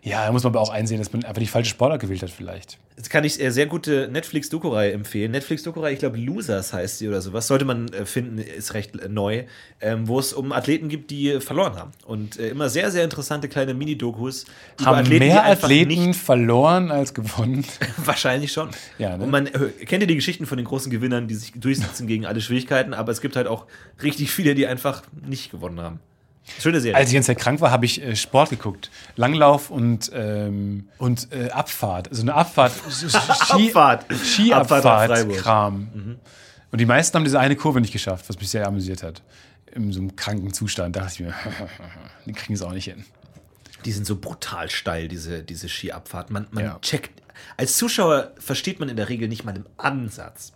Speaker 1: Ja, da muss man aber auch einsehen, dass man einfach die falsche Sportart gewählt hat, vielleicht.
Speaker 2: Jetzt kann ich äh, sehr gute Netflix-Doku-Reihe empfehlen. Netflix-Doku-Reihe, ich glaube, Losers heißt sie oder sowas. Sollte man äh, finden, ist recht äh, neu. Ähm, wo es um Athleten gibt, die äh, verloren haben. Und äh, immer sehr, sehr interessante kleine Mini-Dokus. über
Speaker 1: Haben
Speaker 2: die
Speaker 1: mehr
Speaker 2: einfach
Speaker 1: Athleten verloren als gewonnen.
Speaker 2: <laughs> Wahrscheinlich schon.
Speaker 1: Ja, ne?
Speaker 2: Und man äh, kennt ja die Geschichten von den großen Gewinnern, die sich durchsetzen gegen alle Schwierigkeiten, aber es gibt halt auch richtig viele, die einfach nicht gewonnen haben. Schöne Serie.
Speaker 1: Als ich die ganze Zeit krank war, habe ich äh, Sport geguckt. Langlauf und, ähm, und äh, Abfahrt. Also eine
Speaker 2: <laughs>
Speaker 1: Abfahrt. Ski,
Speaker 2: Abfahrt. Abfahrt nach
Speaker 1: Skiabfahrt.
Speaker 2: Freiburg. Mhm.
Speaker 1: Kram. Und die meisten haben diese eine Kurve nicht geschafft, was mich sehr amüsiert hat. In so einem kranken Zustand dachte ich mir, <laughs> die kriegen es auch nicht hin.
Speaker 2: die sind so brutal steil, diese, diese Skiabfahrt. Man, man
Speaker 1: Ja.
Speaker 2: checkt. Als Zuschauer versteht man in der Regel nicht mal im Ansatz,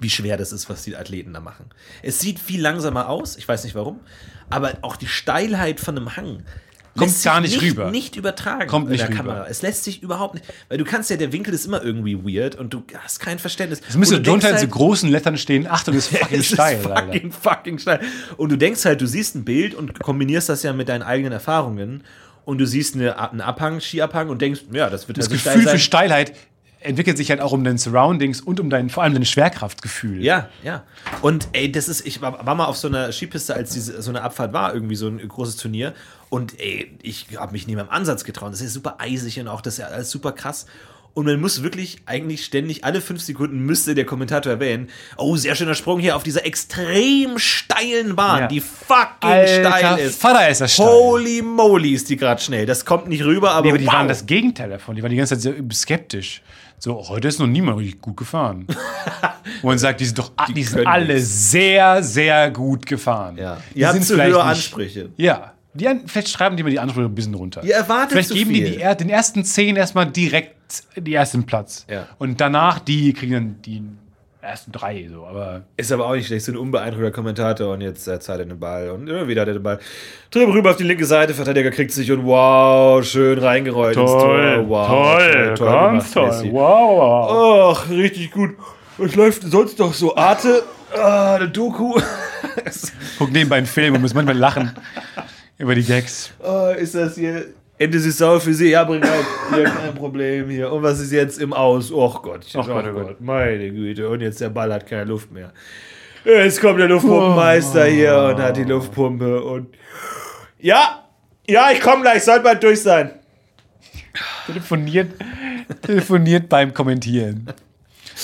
Speaker 2: wie schwer das ist, was die Athleten da machen. Es sieht viel langsamer aus, ich weiß nicht warum, aber auch die Steilheit von einem Hang.
Speaker 1: Kommt
Speaker 2: lässt
Speaker 1: gar
Speaker 2: sich
Speaker 1: nicht rüber.
Speaker 2: Nicht übertragen
Speaker 1: Kommt
Speaker 2: in
Speaker 1: nicht
Speaker 2: der
Speaker 1: rüber.
Speaker 2: Kamera. Es lässt sich überhaupt nicht. Weil du kannst ja, der Winkel ist immer irgendwie weird und du hast kein Verständnis.
Speaker 1: Es müsste
Speaker 2: Und du denkst
Speaker 1: drunter in so
Speaker 2: halt-
Speaker 1: großen Lettern stehen, Achtung,
Speaker 2: <laughs>
Speaker 1: das ist fucking
Speaker 2: es
Speaker 1: steil.
Speaker 2: ist
Speaker 1: Alter. Also
Speaker 2: fucking, fucking steil. Und du denkst halt, du siehst ein Bild und kombinierst das ja mit deinen eigenen Erfahrungen. Und du siehst eine, einen Abhang, Skiabhang und denkst, ja, das wird
Speaker 1: Das
Speaker 2: also
Speaker 1: Gefühl
Speaker 2: steil
Speaker 1: für
Speaker 2: sein.
Speaker 1: Steilheit entwickelt sich halt auch um dein Surroundings und um dein, vor allem dein Schwerkraftgefühl.
Speaker 2: Ja, ja. Und ey, das ist, ich war, war mal auf so einer Skipiste, als diese, so eine Abfahrt war, irgendwie so ein großes Turnier. Und ey, ich habe mich nie mehr im Ansatz getraut. Das ist ja super eisig und auch das ist ja alles super krass. Und man muss wirklich eigentlich ständig, alle fünf Sekunden müsste der Kommentator erwähnen, oh, sehr schöner Sprung hier auf dieser extrem steilen Bahn,
Speaker 1: Ja.
Speaker 2: die fucking
Speaker 1: Alter,
Speaker 2: steil ist.
Speaker 1: Vater ist das steil.
Speaker 2: Holy moly ist die gerade schnell. Das kommt nicht rüber, aber,
Speaker 1: Nee, aber die
Speaker 2: wow.
Speaker 1: waren das Gegenteil davon. Die waren die ganze Zeit sehr skeptisch. So, heute ist noch niemand richtig
Speaker 2: <laughs>
Speaker 1: gut gefahren. Und man sagt, die sind doch die sind
Speaker 2: können
Speaker 1: alle
Speaker 2: nichts.
Speaker 1: sehr, sehr gut gefahren.
Speaker 2: Ja.
Speaker 1: Die
Speaker 2: Ihr habt
Speaker 1: sind
Speaker 2: zu
Speaker 1: vielleicht
Speaker 2: höhere
Speaker 1: nicht-
Speaker 2: Ansprüche.
Speaker 1: Ja. Die, an- vielleicht schreiben die mal die Ansprüche ein bisschen runter.
Speaker 2: Ihr erwartet
Speaker 1: vielleicht
Speaker 2: zu
Speaker 1: geben die,
Speaker 2: viel.
Speaker 1: die er- den ersten zehn erstmal direkt die ersten Platz.
Speaker 2: Ja.
Speaker 1: Und danach die kriegen dann die ersten drei. So. Aber
Speaker 2: Ist aber auch nicht schlecht, so ein unbeeindruckter Kommentator und jetzt äh, zahlt er den Ball und immer wieder hat er den Ball. Drüber rüber auf die linke Seite, Verteidiger kriegt sich und wow, schön reingerollt ins Tor. Wow, gemacht, Messi.
Speaker 1: Wow.
Speaker 2: Ach, richtig gut. Was läuft denn sonst noch so? Arte? Ah, eine Doku. <laughs>
Speaker 1: Guck nebenbei einen Film und muss manchmal lachen <laughs> über die Gags.
Speaker 2: Ah, ist das hier? Ende Saison für sie, ja, bring halt. Hier, kein Problem hier. Und was ist jetzt im Aus? Och Gott,
Speaker 1: Och Gott, oh Gott.
Speaker 2: meine Güte. Und jetzt der Ball hat keine Luft mehr. Jetzt kommt der Luftpumpenmeister hier und hat die Luftpumpe und. Ja, ja, ich komme gleich, sollte bald durch sein.
Speaker 1: Telefoniert, telefoniert beim Kommentieren.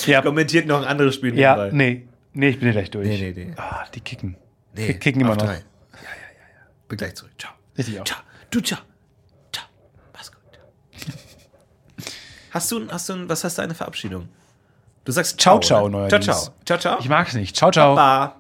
Speaker 1: Ja,
Speaker 2: Kommentiert noch ein anderes Spiel
Speaker 1: ja
Speaker 2: nebenbei.
Speaker 1: nee. Nee, ich bin ja gleich durch.
Speaker 2: Nee, nee, nee.
Speaker 1: Ah, die kicken.
Speaker 2: Nee,
Speaker 1: Wir kicken immer
Speaker 2: auf
Speaker 1: noch.
Speaker 2: drei. Ja, ja, ja, ja. Bin gleich zurück. Ciao.
Speaker 1: Richtig auch.
Speaker 2: Ciao. Du, ciao. Ciao. Mach's gut. Hast du, hast du, was hast du eine Verabschiedung? Du sagst
Speaker 1: Ciao,
Speaker 2: Ciao,
Speaker 1: ciao,
Speaker 2: oder?
Speaker 1: neuerdings.
Speaker 2: Ciao, ciao. Ciao, ciao.
Speaker 1: Ich mag's nicht. Ciao, ciao.
Speaker 2: Baba.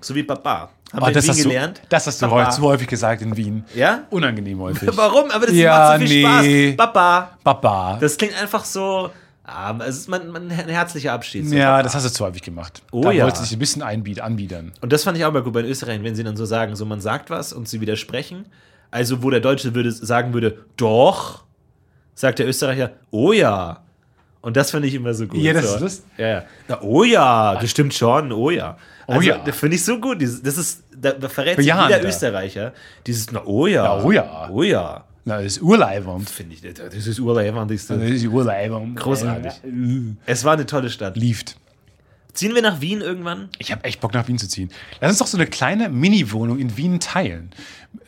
Speaker 2: So wie Baba. Haben wir
Speaker 1: Oh,
Speaker 2: in
Speaker 1: das,
Speaker 2: Wien
Speaker 1: hast du,
Speaker 2: gelernt?
Speaker 1: das hast du
Speaker 2: Baba.
Speaker 1: heu- zu häufig gesagt in Wien.
Speaker 2: Ja?
Speaker 1: Unangenehm häufig.
Speaker 2: Warum? Aber das
Speaker 1: Ja,
Speaker 2: macht so viel
Speaker 1: nee.
Speaker 2: Spaß. Baba.
Speaker 1: Baba.
Speaker 2: Das klingt einfach so. Ah, es ist mein, mein, ein herzlicher Abschied. So.
Speaker 1: ja, das hast du zu häufig gemacht.
Speaker 2: Oh,
Speaker 1: da
Speaker 2: ja.
Speaker 1: wolltest du dich ein bisschen einbiet- anbiedern.
Speaker 2: Und das fand ich auch mal gut bei den Österreichern, wenn sie dann so sagen, so man sagt was und sie widersprechen. Also wo der Deutsche würde, sagen würde, doch, sagt der Österreicher, oh ja. Und das fand ich immer so gut.
Speaker 1: Ja, das
Speaker 2: so.
Speaker 1: ist das-
Speaker 2: Ja, ja. Na, oh ja, das stimmt schon, oh ja. Also,
Speaker 1: ja.
Speaker 2: Das finde ich so gut. dieses- Das ist, da, da verrät sich
Speaker 1: Bejahender.
Speaker 2: jeder Österreicher dieses, na, oh ja.
Speaker 1: Na, oh ja.
Speaker 2: Oh ja.
Speaker 1: Na, das ist Urleibung.
Speaker 2: Finde ich, das ist urleibendste.
Speaker 1: Das ist Urleibung.
Speaker 2: Großartig. Es war eine tolle Stadt.
Speaker 1: Lieft.
Speaker 2: Ziehen wir nach Wien irgendwann?
Speaker 1: Ich habe echt Bock nach Wien zu ziehen. Lass uns doch so eine kleine Mini-Wohnung in Wien teilen.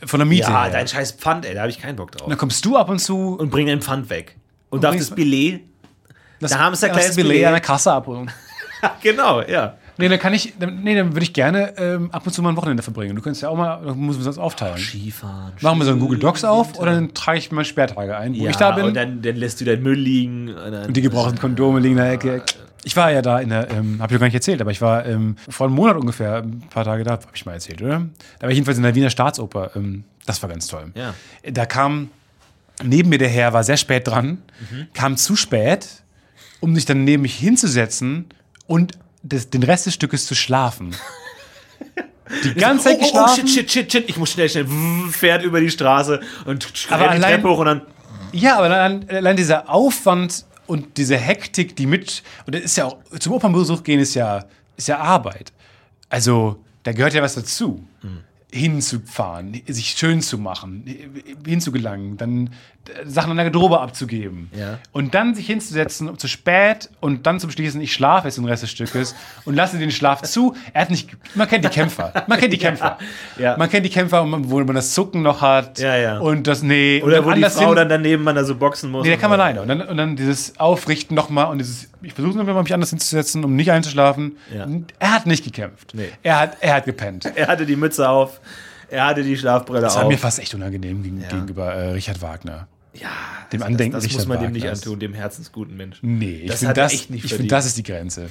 Speaker 1: Von der Miete.
Speaker 2: Ja,
Speaker 1: her.
Speaker 2: Ah, dein scheiß Pfand, ey, da habe ich keinen Bock drauf.
Speaker 1: Und dann kommst du ab und zu
Speaker 2: und bring dein Pfand weg. Und darf das Billet.
Speaker 1: das,
Speaker 2: Da haben sie ein
Speaker 1: das
Speaker 2: kleines
Speaker 1: Billet
Speaker 2: Billet.
Speaker 1: an der Kasse abholen.
Speaker 2: Genau, ja.
Speaker 1: Nee, dann kann ich, dann, nee, dann würde ich gerne ähm, ab und zu mal ein Wochenende verbringen. Du könntest ja auch mal, dann müssen wir sonst aufteilen.
Speaker 2: Skifahren.
Speaker 1: Machen wir so einen Google Docs auf oder dann trage ich mal Sperrtage ein, wo
Speaker 2: Ja,
Speaker 1: ich da bin.
Speaker 2: Und dann, dann lässt du deinen Müll liegen. Und dann,
Speaker 1: die gebrauchten Kondome liegen in der Ecke. Ich war ja da in der, ähm, habe ich doch gar nicht erzählt, aber ich war ähm, vor einem Monat ungefähr, ein paar Tage da, habe ich mal erzählt, oder? Da war ich jedenfalls in der Wiener Staatsoper. Ähm, das war ganz toll.
Speaker 2: Ja.
Speaker 1: Da kam neben mir der Herr, war sehr spät dran,
Speaker 2: Mhm.
Speaker 1: kam zu spät, um sich dann neben mich hinzusetzen und das, den Rest des Stückes
Speaker 2: <laughs>
Speaker 1: zu schlafen. Die ganze Zeit
Speaker 2: oh, oh, oh,
Speaker 1: geschlafen.
Speaker 2: shit, shit, shit, shit. Ich muss schnell, schnell. Fährt über die Straße und
Speaker 1: Aber
Speaker 2: rennt die
Speaker 1: allein-
Speaker 2: Treppe hoch und dann.
Speaker 1: Ja, aber allein, allein dieser Aufwand und diese Hektik, die mit. Und das ist ja auch. Zum Opernbesuch gehen ist ja, ist ja Arbeit. Also, da gehört ja was dazu. Hinzufahren, sich schön zu machen, hinzugelangen, dann Sachen an der Garderobe abzugeben.
Speaker 2: Ja.
Speaker 1: Und dann sich hinzusetzen, zu spät und dann zum Schließen, ich schlafe jetzt den Rest des Stückes und lasse den Schlaf zu. Er hat nicht. Man kennt die Kämpfer. Man kennt die Kämpfer.
Speaker 2: <laughs> ja.
Speaker 1: Man kennt die Kämpfer, wo man das Zucken noch hat.
Speaker 2: Ja, ja.
Speaker 1: Und das, nee. und
Speaker 2: Oder wo die
Speaker 1: anders
Speaker 2: Frau
Speaker 1: hin-
Speaker 2: dann daneben man da so boxen muss.
Speaker 1: Nee, der
Speaker 2: und
Speaker 1: kann man
Speaker 2: so.
Speaker 1: alleine. Und dann, und dann dieses Aufrichten nochmal und dieses, ich versuche nochmal, mich anders hinzusetzen, um nicht einzuschlafen.
Speaker 2: Ja.
Speaker 1: Er hat nicht gekämpft.
Speaker 2: Nee.
Speaker 1: Er, hat, er hat gepennt.
Speaker 2: Er hatte die Mütze auf, er hatte die Schlafbrille
Speaker 1: Das
Speaker 2: auf.
Speaker 1: war mir fast echt unangenehm gegen, gegenüber äh, Richard Wagner.
Speaker 2: ja,
Speaker 1: Dem
Speaker 2: das-
Speaker 1: Andenken
Speaker 2: Das, das
Speaker 1: Richard
Speaker 2: muss man dem nicht
Speaker 1: Wagners.
Speaker 2: antun, dem herzensguten Menschen.
Speaker 1: Nee, ich
Speaker 2: Das
Speaker 1: finde
Speaker 2: hat er
Speaker 1: das,
Speaker 2: echt nicht
Speaker 1: ich
Speaker 2: verdient.
Speaker 1: find, das ist die Grenze.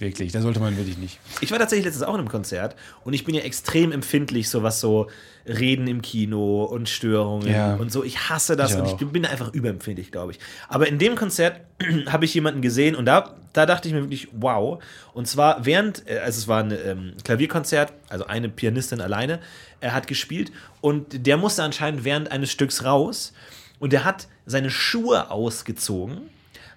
Speaker 1: Wirklich, da sollte man wirklich nicht.
Speaker 2: Ich war tatsächlich letztens auch in einem Konzert und ich bin ja extrem empfindlich, so was so Reden im Kino und Störungen
Speaker 1: Ja.
Speaker 2: und so. Ich hasse das
Speaker 1: Ich
Speaker 2: und
Speaker 1: auch.
Speaker 2: ich bin einfach überempfindlich, glaube ich. Aber in dem Konzert <clears throat> habe ich jemanden gesehen und da, da dachte ich mir wirklich, wow. Und zwar während, äh, also es war ein ähm, Klavierkonzert, also eine Pianistin alleine, er hat gespielt und der musste anscheinend während eines Stücks raus und der hat seine Schuhe ausgezogen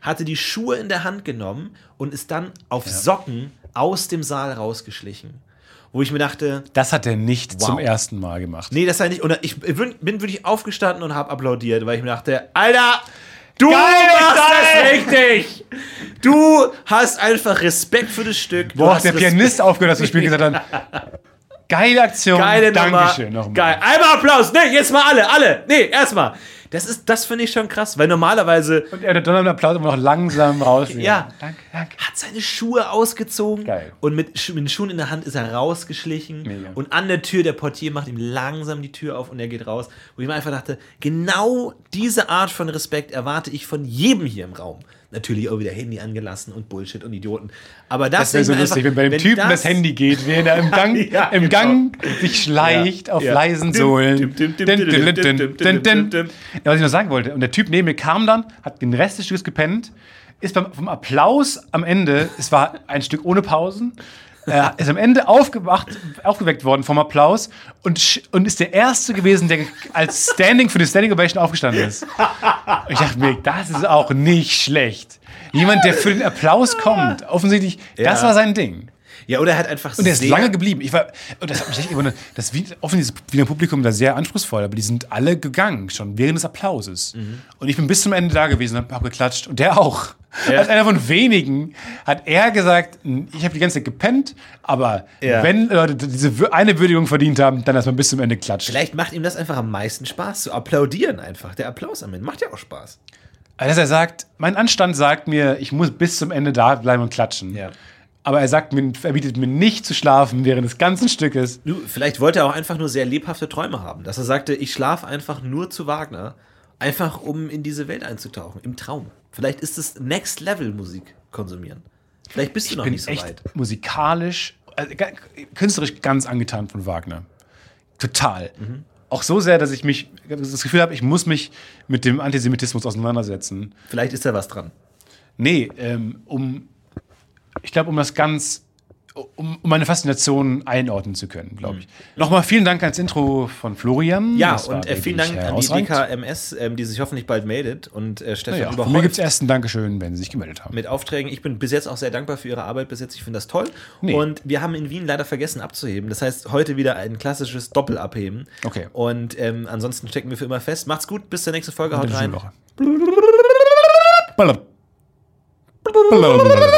Speaker 2: hatte die Schuhe in der Hand genommen und ist dann auf Socken aus dem Saal rausgeschlichen. Wo ich mir dachte,
Speaker 1: Das hat er nicht
Speaker 2: Wow.
Speaker 1: zum ersten Mal gemacht.
Speaker 2: nee, das sei nicht. Und ich bin, bin wirklich aufgestanden und habe applaudiert, weil ich mir dachte, Alter, du
Speaker 1: Geil,
Speaker 2: machst das richtig! Du hast einfach Respekt für das Stück. Du
Speaker 1: Boah,
Speaker 2: hast
Speaker 1: der
Speaker 2: Respekt- <laughs>
Speaker 1: Pianist aufgehört hat zu spielen gesagt hat, geile Aktion,
Speaker 2: Geile
Speaker 1: Dankeschön
Speaker 2: Nummer.
Speaker 1: nochmal.
Speaker 2: Geil. Einmal Applaus. Nee, jetzt mal alle, alle. Nee, erstmal. Das ist, das finde ich schon krass, weil normalerweise
Speaker 1: Und er hat dann einen Applaus immer noch langsam raus.
Speaker 2: Ja.
Speaker 1: Danke, danke.
Speaker 2: hat seine Schuhe ausgezogen
Speaker 1: Geil.
Speaker 2: und mit, Schu- mit den Schuhen in der Hand ist er rausgeschlichen
Speaker 1: Mega.
Speaker 2: und an der Tür, der Portier macht ihm langsam die Tür auf und er geht raus, wo ich mir einfach dachte, genau diese Art von Respekt erwarte ich von jedem hier im Raum. Natürlich auch wieder Handy angelassen und Bullshit und Idioten, aber das,
Speaker 1: Das wäre so
Speaker 2: denk ich mir
Speaker 1: lustig,
Speaker 2: einfach,
Speaker 1: wenn bei dem Typen das, Handy geht, während
Speaker 2: <laughs>
Speaker 1: er im Gang,
Speaker 2: Ja,
Speaker 1: im
Speaker 2: genau.
Speaker 1: Gang sich schleicht auf
Speaker 2: ja.
Speaker 1: leisen
Speaker 2: Dim,
Speaker 1: Sohlen.
Speaker 2: dim, dim, dim,
Speaker 1: Din,
Speaker 2: dim,
Speaker 1: din,
Speaker 2: dim,
Speaker 1: din,
Speaker 2: dim, dim, dim,
Speaker 1: din, din.
Speaker 2: dim.
Speaker 1: Ja, Was ich noch sagen wollte, und der Typ neben mir kam dann, hat den Rest des Stückes gepennt, ist beim, vom Applaus am Ende, es war ein Stück ohne Pausen, äh, ist am Ende aufgewacht, aufgeweckt worden vom Applaus und, sch- und ist der Erste gewesen, der als Standing für die Standing Ovation aufgestanden ist. Und ich dachte mir, das ist auch nicht schlecht. Jemand, der für den Applaus kommt, offensichtlich, das
Speaker 2: Ja.
Speaker 1: war sein Ding.
Speaker 2: Ja, oder er hat einfach
Speaker 1: Und der ist
Speaker 2: sehr-
Speaker 1: lange geblieben. Ich war, und das hat mich echt gewundert. Das Wien- offensichtlich ist das Wiener Publikum da sehr anspruchsvoll, aber die sind alle gegangen, schon während des Applauses.
Speaker 2: Mhm.
Speaker 1: Und ich bin bis zum Ende da gewesen, hab, hab geklatscht und der auch. Als einer von wenigen hat er gesagt, ich habe die ganze Zeit gepennt, aber
Speaker 2: Ja.
Speaker 1: wenn Leute diese wür- eine Würdigung verdient haben, dann dass man bis zum Ende klatscht.
Speaker 2: Vielleicht macht ihm das einfach am meisten Spaß, zu applaudieren einfach. Der Applaus am Ende macht ja auch Spaß.
Speaker 1: Also dass er sagt, mein Anstand sagt mir, ich muss bis zum Ende da bleiben und klatschen.
Speaker 2: Ja.
Speaker 1: Aber er sagt mir, er bietet mir nicht zu schlafen während des ganzen Stückes.
Speaker 2: Du, vielleicht wollte er auch einfach nur sehr lebhafte Träume haben, dass er sagte, ich schlafe einfach nur zu Wagner, einfach um in diese Welt einzutauchen, im Traum. Vielleicht ist es Next Level Musik konsumieren. Vielleicht bist du noch
Speaker 1: bin
Speaker 2: nicht so
Speaker 1: echt
Speaker 2: weit.
Speaker 1: musikalisch, also, ga- künstlerisch ganz angetan von Wagner. Total. Auch so sehr, dass ich mich das Gefühl habe, ich muss mich mit dem Antisemitismus auseinandersetzen.
Speaker 2: Vielleicht ist da was
Speaker 1: Hm,
Speaker 2: dran.
Speaker 1: Nee, ähm, um ich glaube, um das ganz um, um meine Faszination einordnen zu können, glaube ich. Nochmal vielen Dank ans Intro von Florian.
Speaker 2: Mhm. Ja,
Speaker 1: Das war
Speaker 2: und äh, vielen
Speaker 1: wirklich
Speaker 2: Dank an die
Speaker 1: herausragend.
Speaker 2: DKMS, ähm, die sich hoffentlich bald meldet und äh, Stefan
Speaker 1: Naja,
Speaker 2: ja,
Speaker 1: von mir gibt es
Speaker 2: überhäuft
Speaker 1: erst ein Dankeschön, wenn Sie sich gemeldet haben.
Speaker 2: mit Aufträgen. Ich bin bis jetzt auch sehr dankbar für ihre Arbeit bis jetzt. Ich finde das toll.
Speaker 1: Nee.
Speaker 2: Und wir haben in Wien leider vergessen abzuheben. Das heißt, heute wieder ein klassisches Doppelabheben.
Speaker 1: Okay.
Speaker 2: Und ähm, ansonsten stecken wir für immer fest. Macht's gut, bis zur nächsten Folge. Haut
Speaker 1: Mit der
Speaker 2: rein.
Speaker 1: Schulwoche. Blablabla. Blablabla.